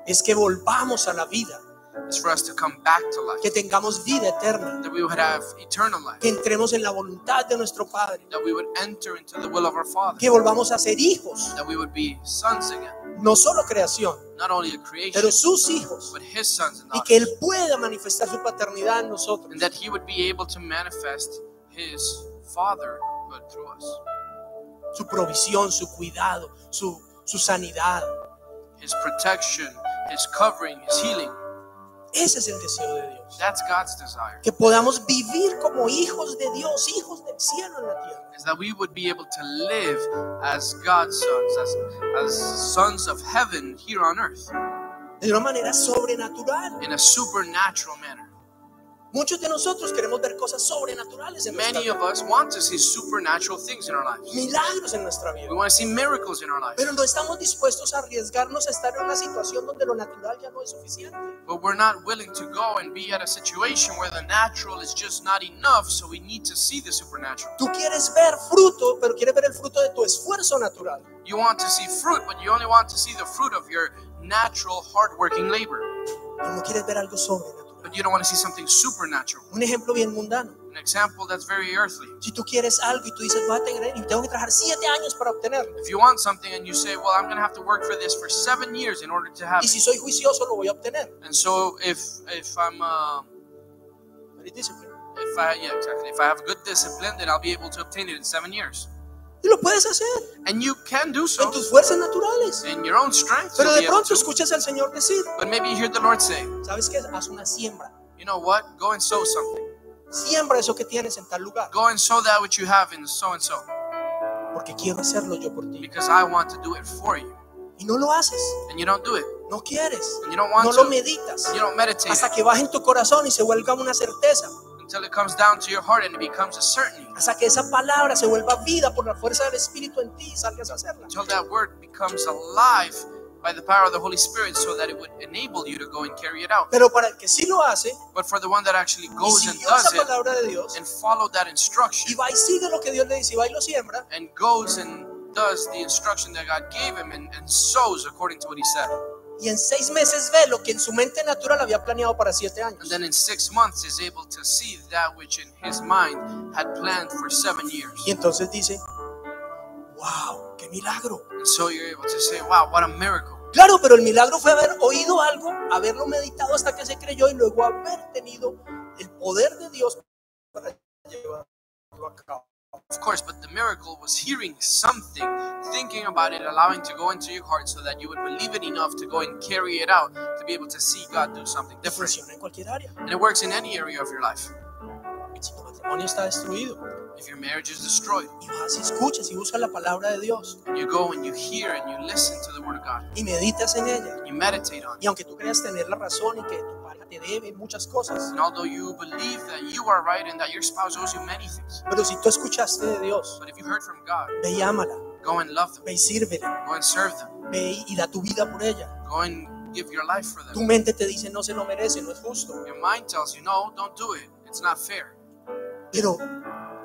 Es que volvamos a la vida, It's for us to come back to life, que tengamos vida eterna, that we would have eternal life, que entremos en la voluntad de nuestro Padre, that we would enter into the will of our Father, que volvamos a ser hijos, that we would be sons again, no solo creación, not only a creation, pero sus hijos, but His sons and y que Él daughters, pueda manifestar su paternidad en nosotros. and that He would be able to manifest His fatherhood through us, su provisión, su cuidado, su, su sanidad. His protection, His covering, His healing. Ese es el deseo de Dios. That's God's desire. Que podamos vivir como hijos de Dios, hijos del cielo en la tierra. is that we would be able to live as God's sons, as, as sons of heaven here on earth, De una manera sobrenatural. in a supernatural manner. Muchos de nosotros queremos ver cosas sobrenaturales en nuestra Many of vida. us want to see supernatural things in our lives. Milagros en nuestra We vida. want to see miracles in our lives, Pero no estamos dispuestos a arriesgarnos a estar en una situación donde lo natural ya no es suficiente. but we're not willing to go and be at a situation where the natural is just not enough, so we need to see the supernatural. Tú quieres ver fruto, pero quieres ver el fruto de tu esfuerzo natural. You want to see fruit, but you only want to see the fruit of your natural, hardworking labor, Pero no quieres ver algo sobrenatural. but you don't want to see something supernatural. Un ejemplo bien mundano. An example that's very earthly. Si tú quieres algo y tú dices, voy a tener, y tengo que trabajar siete años para obtenerlo. If you want something and you say, well, I'm going to have to work for this for seven years in order to have Y it. si soy juicioso, lo voy a obtener. And so if, if I'm, uh, Very disciplined. if I, yeah, exactly. If I have good discipline, then I'll be able to obtain it in seven years. Y lo puedes hacer And you can do en so tus fuerzas naturales. in your own strength. Pero you'll de be able pronto to. escuchas al Señor decir, But maybe you hear the Lord say, ¿sabes qué? Haz una siembra. you know what? Go and sow something. Siembra eso que tienes en tal lugar. Go and sow that which you have in so and so Porque quiero hacerlo yo por ti. because I want to do it for you. Y no lo haces. And you don't do it. No quieres. And you don't want No lo to. meditas. You don't meditate Hasta que baje en tu corazón y se vuelva una certeza. until it comes down to your heart and it becomes a certainty. Hasta que esa palabra se vuelva vida por la fuerza del Espíritu en ti y salgas a hacerla. until that word becomes alive by the power of the Holy Spirit so that it would enable you to go and carry it out. Pero para el que sí lo hace, But for the one that actually y goes and siguió does esa it palabra de Dios, and follow that y instruction va y sigue lo que Dios le dice y va y lo siembra, and goes and does the instruction that God gave him and, and sows according to what he said. y en seis meses ve lo que en su mente natural había planeado para siete años. And then in six months is able to see that which in his mind had planned for seven years. Y entonces dice, wow, qué milagro. And so you're able to say, wow, what a miracle. Claro, pero el milagro fue haber oído algo, haberlo meditado hasta que se creyó y luego haber tenido el poder de Dios para llevarlo a cabo. Of course, but the miracle was hearing something, thinking about it, allowing to go into your heart so that you would believe it enough to go and carry it out to be able to see God do something Y different. funciona en cualquier área. And it works in any area of your life. Si tu matrimonio está destruido, If your marriage is destroyed, y vas y escuchas y buscas la palabra de Dios and you go and you hear and you listen to the Word of God, y meditas en ella, you meditate on it. Y aunque tú creas tener la razón y que tu pareja te debe muchas cosas, And although you believe that you are right and that your spouse owes you many things, pero si tú escuchaste de Dios, but if you heard from God, ve y ámala, go and love them, ve y sírvele, go and serve them, ve y y da tu vida por ella. go and give your life for Tu them. mente te dice no se lo merece, no es justo. Your mind tells you, no, don't do it. It's not fair. Pero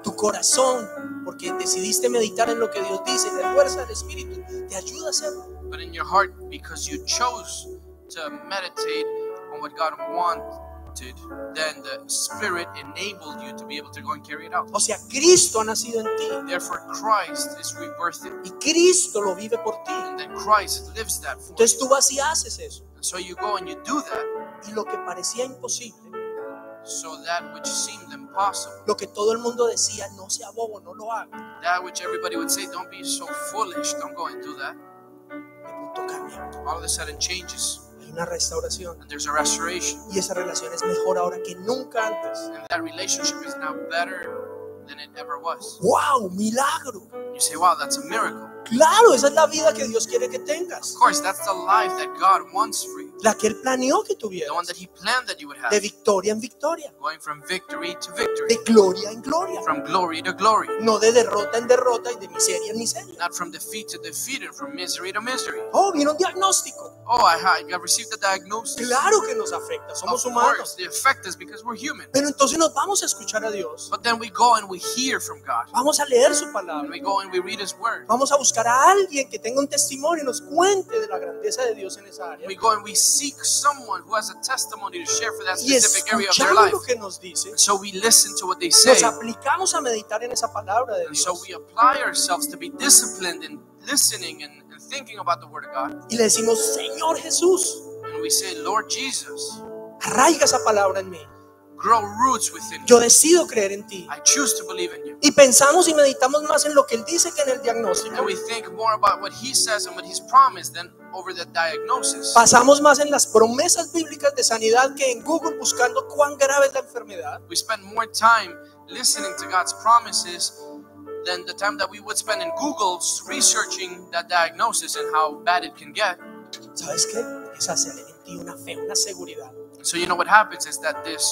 tu corazón, porque decidiste meditar en lo que Dios dice, la fuerza del Espíritu te ayuda a hacerlo. But in your heart, because you chose to meditate on what God wanted, then the Spirit enabled you to be able to go and carry it out. O sea, Cristo ha nacido en ti Therefore, Christ is rebirthed, y Cristo lo vive por ti. and then Christ lives that for Entonces you. tú vas y haces eso. And so you go and you do that, Y lo que parecía imposible, so that which seemed impossible, lo que todo el mundo decía, no sea bobo, no lo haga, that which everybody would say, don't be so foolish, don't go and do that, de pronto cambia. all of a sudden changes. Hay una restauración. And there's a restoration. Y esa relación es mejor ahora que nunca antes. And that relationship is now better than it ever was. ¡Wow! ¡Milagro! You say, wow, that's a miracle. Claro, esa es la vida que Dios quiere que tengas. Of course, that's the life that God wants for you. La que Él planeó que The tuvieras. one that He planned that you would have. De victoria en victoria. Going from victory to victory, De gloria en gloria. from glory to glory, No de derrota en derrota y de miseria en miseria. not from defeat to defeat and from misery to misery. Oh, viene un diagnóstico. Oh, I, had- I received the diagnosis. Claro que nos afecta. Of Somos course, humanos. the effect is because we're human. Pero entonces nos vamos a escuchar a Dios. But then we go and we hear from God. Vamos a leer su And palabra. we go and we read His Word. Vamos a buscar a alguien que tenga un testimonio y nos cuente de la grandeza de Dios en esa área. We go and we seek someone who has a testimony to share for that Y specific area of their escuchamos life. lo que nos dice. And so we listen to what they say. Nos aplicamos a meditar en esa palabra de And so Dios. we apply ourselves to be disciplined in listening and, and thinking about the Word of God. Y le decimos, Señor Jesús, And we say, Lord Jesus, arraiga esa palabra en mí. grow roots within me. Yo decido creer en ti. I choose to believe in you. Y pensamos y meditamos más en lo que Él dice que en el diagnóstico. And we think more about what He says and what He's promised than over the diagnosis. Pasamos más en las promesas bíblicas de sanidad que en Google buscando cuán grave es la enfermedad. We spend more time listening to God's promises than the time that we would spend in Google researching that diagnosis and how bad it can get. ¿Sabes qué? Empieza a hacer en ti una fe, una seguridad. So you know what happens is that this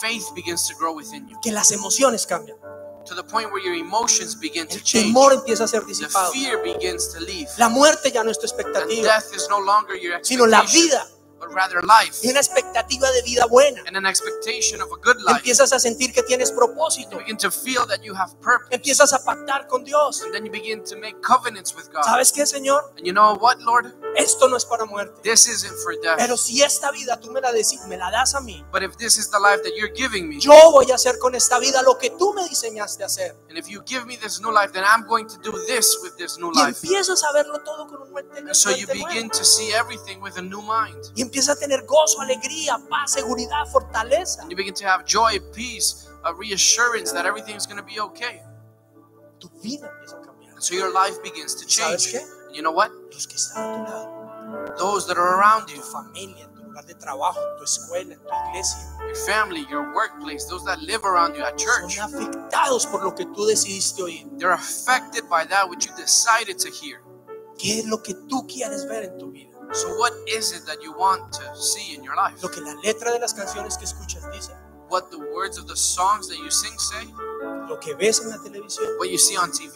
faith begins to grow within you Que las emociones cambian. to the point where your emotions begin to El change. temor empieza a ser The disipado. fear begins to leave. La muerte ya no es tu And expectativa, death is no longer your sino la expectation, vida. but rather life Y una expectativa de vida buena. and an expectation of a good life. Empiezas a sentir que tienes You propósito. begin to feel that you have purpose. Empiezas a pactar con Dios. And then you begin to make covenants with God. ¿Sabes qué, Señor? And you know what, Lord? Esto no es para muerte. This isn't for death. Pero si esta vida tú me la, deci- me la das a mí, But if this is the life that you're giving me, yo voy a hacer con esta vida lo que tú me diseñaste hacer. and if you give me this new life, then I'm going to do this with this new Y life. empiezas a verlo todo con un mente And so you mente nueva. begin to see everything with a new mind. Y empiezas a tener gozo, alegría, paz, seguridad, fortaleza. And you begin to have joy, peace, a reassurance that everything's going to be okay. Tu vida empieza a cambiar. And so your life begins to ¿Sabes change. qué? And you know what? Los que están a tu lado, Those that are around tu you, familia, tu lugar de trabajo, tu escuela, tu iglesia, your family, your workplace, those that live around you at church, son afectados por lo que tú decidiste oír. they're affected by that which you decided to hear. ¿Qué es lo que tú quieres ver en tu vida? So, what is it that you want to see in your life? Lo que la letra de las canciones que escuchas dice, What the words of the songs that you sing say? lo que ves en la televisión, What you see on TV?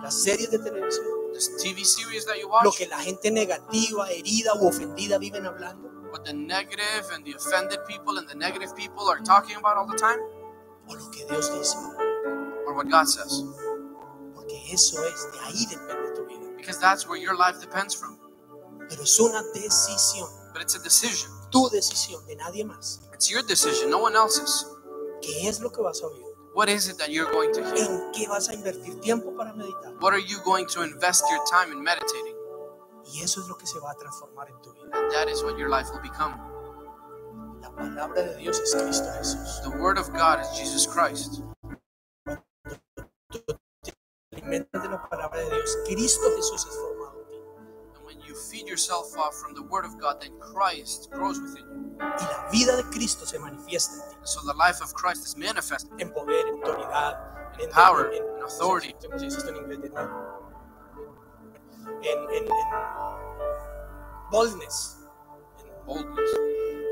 las series de televisión, The TV series that you lo watch? que la gente negativa, herida u ofendida viven hablando, What the negative and the offended people and the negative people are talking about all the time? o lo que Dios dice, Or what God says? porque eso es, de ahí depende tu vida. Because that's where your life depends from. Pero es una decisión, But it's a decision. tu decisión, de nadie más. It's your decision, no one else's. ¿Qué es lo que vas a oír? What is it that you're going to hear? ¿En qué vas a invertir tiempo para meditar? What are you going to invest your time in meditating? Y eso es lo que se va a transformar en tu vida. And that is what your life will become. La palabra de Dios es Cristo Jesús. The Word of God is Jesus Christ. Alimentas de la palabra de Dios. Cristo Jesús es formado en ti. And when you feed yourself off from the Word of God, then Christ grows within you. Y la vida de Cristo se manifiesta en ti. And so the life of Christ is manifest. en poder, en autoridad, en Power, en, in authority. ¿Cómo se dice esto en inglés? En, en, en- en boldness, Boldness.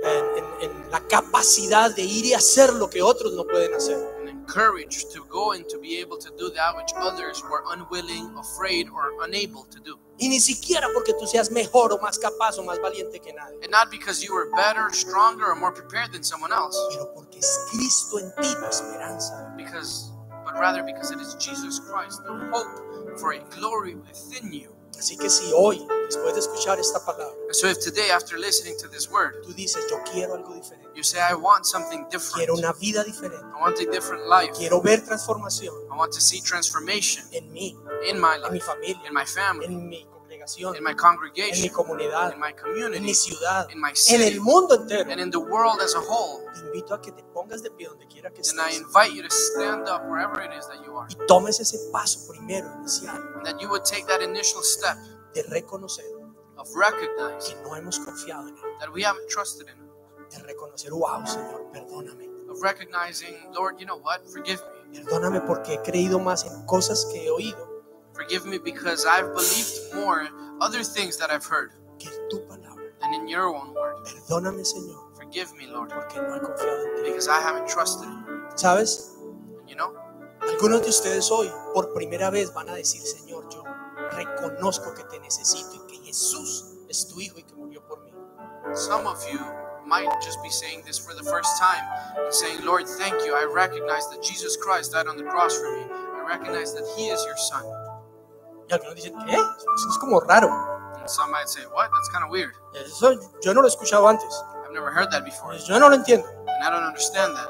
en, en- en la capacidad de ir y hacer lo que otros no pueden hacer. And in courage to go and to be able to do that which others were unwilling, afraid, or unable to do. Y ni siquiera porque tú seas mejor o más capaz o más valiente que nadie, And not because you were better, stronger, or more prepared than someone else, pero porque es Cristo en ti la esperanza. because but rather because it is Jesus Christ, the hope for a glory within you. Así que si hoy, después de escuchar esta palabra, And so if today after listening to this word, tú dices, yo quiero algo diferente, you say I want something different. quiero una vida diferente, I want a different life. quiero ver transformación I want to see transformation en mí, in my en mi life, familia, in my family, en mi congregación, in my en mi congregation, comunidad, in my en mi community, ciudad, in my en city, el mundo entero. and in the world as a whole. Te invito a que te pongas de pie donde quiera que And I estés invite you to stand up wherever it is that you are, y tomes ese paso primero inicial and that you would take that initial step de reconocer of recognizing que no hemos confiado en él, that we haven't trusted in Him, de reconocer, wow, Señor, perdóname, of recognizing, Lord, you know what? Forgive me. perdóname porque he creído más en cosas que he oído Forgive me because I've believed more other things that I've heard que en tu palabra. than in your own word. Perdóname, Señor, Forgive me, Lord, porque no he confiado en ti. because I haven't trusted in you. ¿Sabes? And you know, Algunos de ustedes hoy por primera vez van a decir, Señor, yo reconozco que te necesito y que Jesús es tu Hijo y que murió por mí. some of you might just be saying this for the first time and saying, Lord, thank you. I recognize that Jesus Christ died on the cross for me. I recognize that He is your Son. Y algunos dicen, ¿qué? Eso es como raro. And some might say, What? That's kind of weird. Eso yo no lo he escuchado antes. I've never heard that before, Pues yo no lo entiendo. and I don't understand that.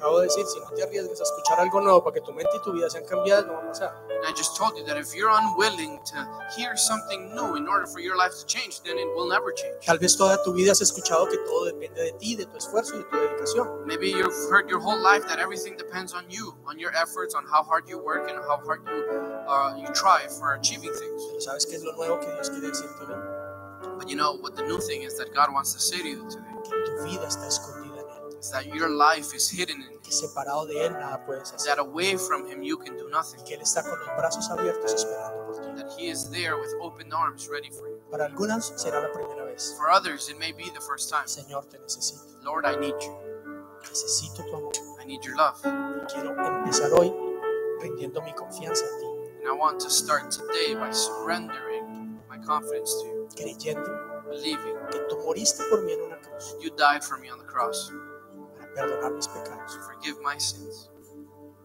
Te acabo de decir, si no te arriesgas a escuchar algo nuevo para que tu mente y tu vida sean cambiadas, no va a pasar. And I just told you that if you're unwilling to hear something new in order for your life to change, then it will never change. Tal vez toda tu vida has escuchado que todo depende de ti, de tu esfuerzo y de tu dedicación. Maybe you've heard your whole life that everything depends on you, on your efforts, on how hard you work, and how hard you uh, you try for achieving things. Pero ¿sabes qué es lo nuevo que Dios quiere decirte hoy? But you know what? The new thing is that God wants to say to you today Que tu vida está escondida en Él. is that your life is hidden in Que separado de Él nada puedes is hacer. that away from Him you can do nothing. Que Él está con los brazos abiertos esperando por ti. That He is there with open arms, ready for you. Para algunas será la primera vez. For others, it may be the first time. Señor, te necesito. Lord, I need you. Necesito tu amor. I need your love. Y quiero empezar hoy rindiendo mi confianza a ti. And I want to start today by surrendering my confidence to you, Creyendo believing que tú moriste por mí en una cruz. you died for me on the cross Para perdonar mis pecados. to forgive my sins,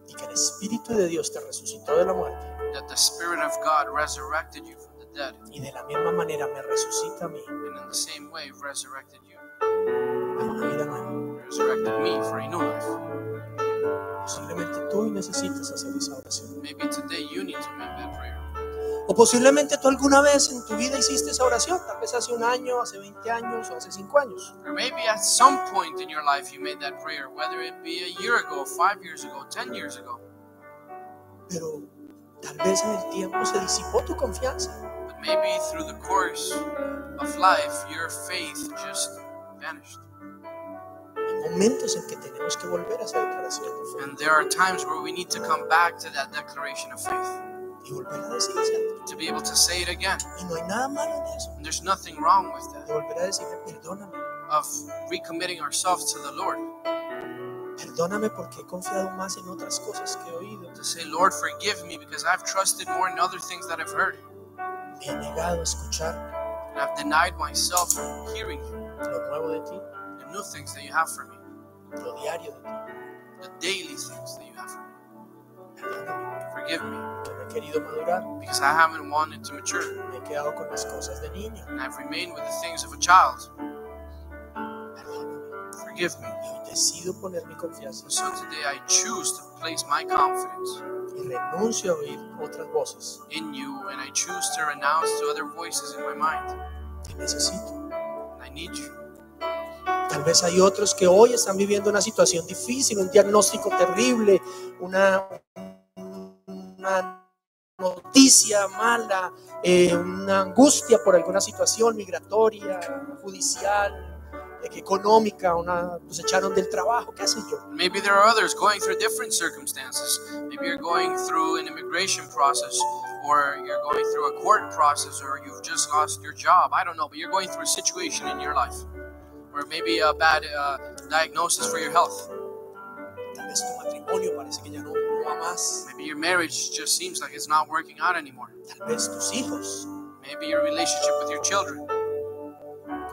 y que el Espíritu de Dios te resucitó de la muerte that the Spirit of God resurrected you from the dead, y de la misma manera me resucita a mí and in the same way resurrected you, a una vida nueva. resurrected me for a new life. Posiblemente tú hoy necesitas hacer esa oración. Maybe today you need to make that prayer. O posiblemente tú alguna vez en tu vida hiciste esa oración, tal vez hace un año, hace 20 años o hace 5 años. Or maybe at some point in your life you made that prayer, whether it be a year ago, five years ago, ten years ago. Pero tal vez en el tiempo se disipó tu confianza But maybe through the course of life, your faith just vanished. Hay momentos en que tenemos que volver a esa declaración de fe And there are times where we need to come back to that declaration of faith y volver a decirle to be able to say it again. y no hay nada malo en eso And there's nothing wrong with de that, volver a decirle perdóname of recommitting ourselves to the Lord. perdóname porque he confiado más en otras cosas que he oído To say, Lord, forgive me because I've trusted more in other things that I've heard. me he negado a escuchar And I've denied myself from hearing you, lo nuevo de ti the new things that you have for me, lo diario de ti. the daily things that you have for me. Perdóname, Forgive me yo no he querido madurar, because I haven't wanted to mature. me he quedado con las cosas de niño. And I've remained with the things of a child. Perdóname, Forgive me. y hoy decido poner mi confianza And so today I choose to place my confidence y renuncio a oír otras voces in you and I choose to renounce to other voices in my mind. que necesito. And I need you. Tal vez hay otros que hoy están viviendo una situación difícil, un diagnóstico terrible, una, una noticia mala, eh, una angustia por alguna situación migratoria, judicial, eh, económica, una, pues echaron del trabajo, qué sé yo. Maybe there are others going through different circumstances. Maybe you're going through an immigration process or you're going through a court process or you've just lost your job. I don't know, but you're going through a situation in your life or maybe a bad uh, diagnosis for your health. Tal vez tu matrimonio parece que ya no, no va más. Maybe your marriage just seems like it's not working out anymore. Tal vez tus hijos. Maybe your relationship with your children.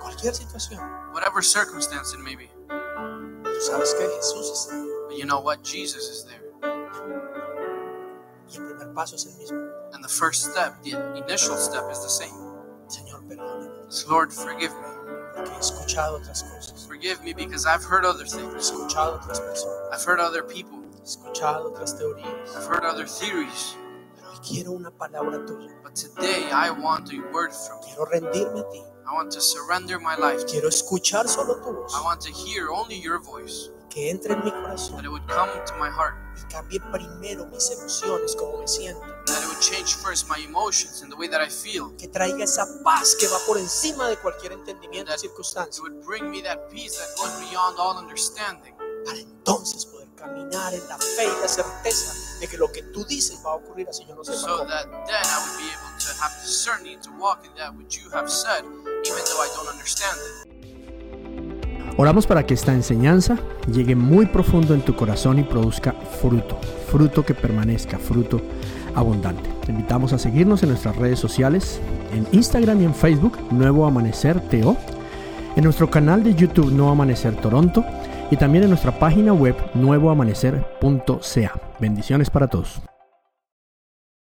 Cualquier situación. Whatever circumstance it may be. Tú sabes que Jesús está. ahí. But you know what? Jesus is there. Y el primer paso es el mismo. And the first step, the initial step, is the same. Señor, perdóname. It's, Lord, forgive me. Porque he escuchado otras cosas. Forgive me because I've heard other He things. escuchado otras personas. I've heard other people. He escuchado otras teorías. I've heard other theories. Pero hoy quiero una palabra tuya. But today I want a word from you. Quiero rendirme a ti. I want to surrender my life. to you. Quiero escuchar solo tu voz. I want to hear only your voice. Que entre en mi That corazón it would come to my heart. y cambie primero mis emociones, como me siento. That it would change first my emotions and the way that I feel. Que traiga esa paz que va por encima de cualquier entendimiento y It circunstancia. would bring me that peace that goes beyond all understanding. Para entonces poder caminar en la fe y la certeza de que lo que tú dices va a ocurrir así yo no sé So cómo. that then I would be able to have the certainty to walk in that which you have said, even though I don't understand it. Oramos para que esta enseñanza llegue muy profundo en tu corazón y produzca fruto, fruto que permanezca, fruto abundante. Te invitamos a seguirnos en nuestras redes sociales, en Instagram y en Facebook, Nuevo Amanecer TO, en nuestro canal de YouTube Nuevo Amanecer Toronto y también en nuestra página web nuevoamanecer.ca. Bendiciones para todos.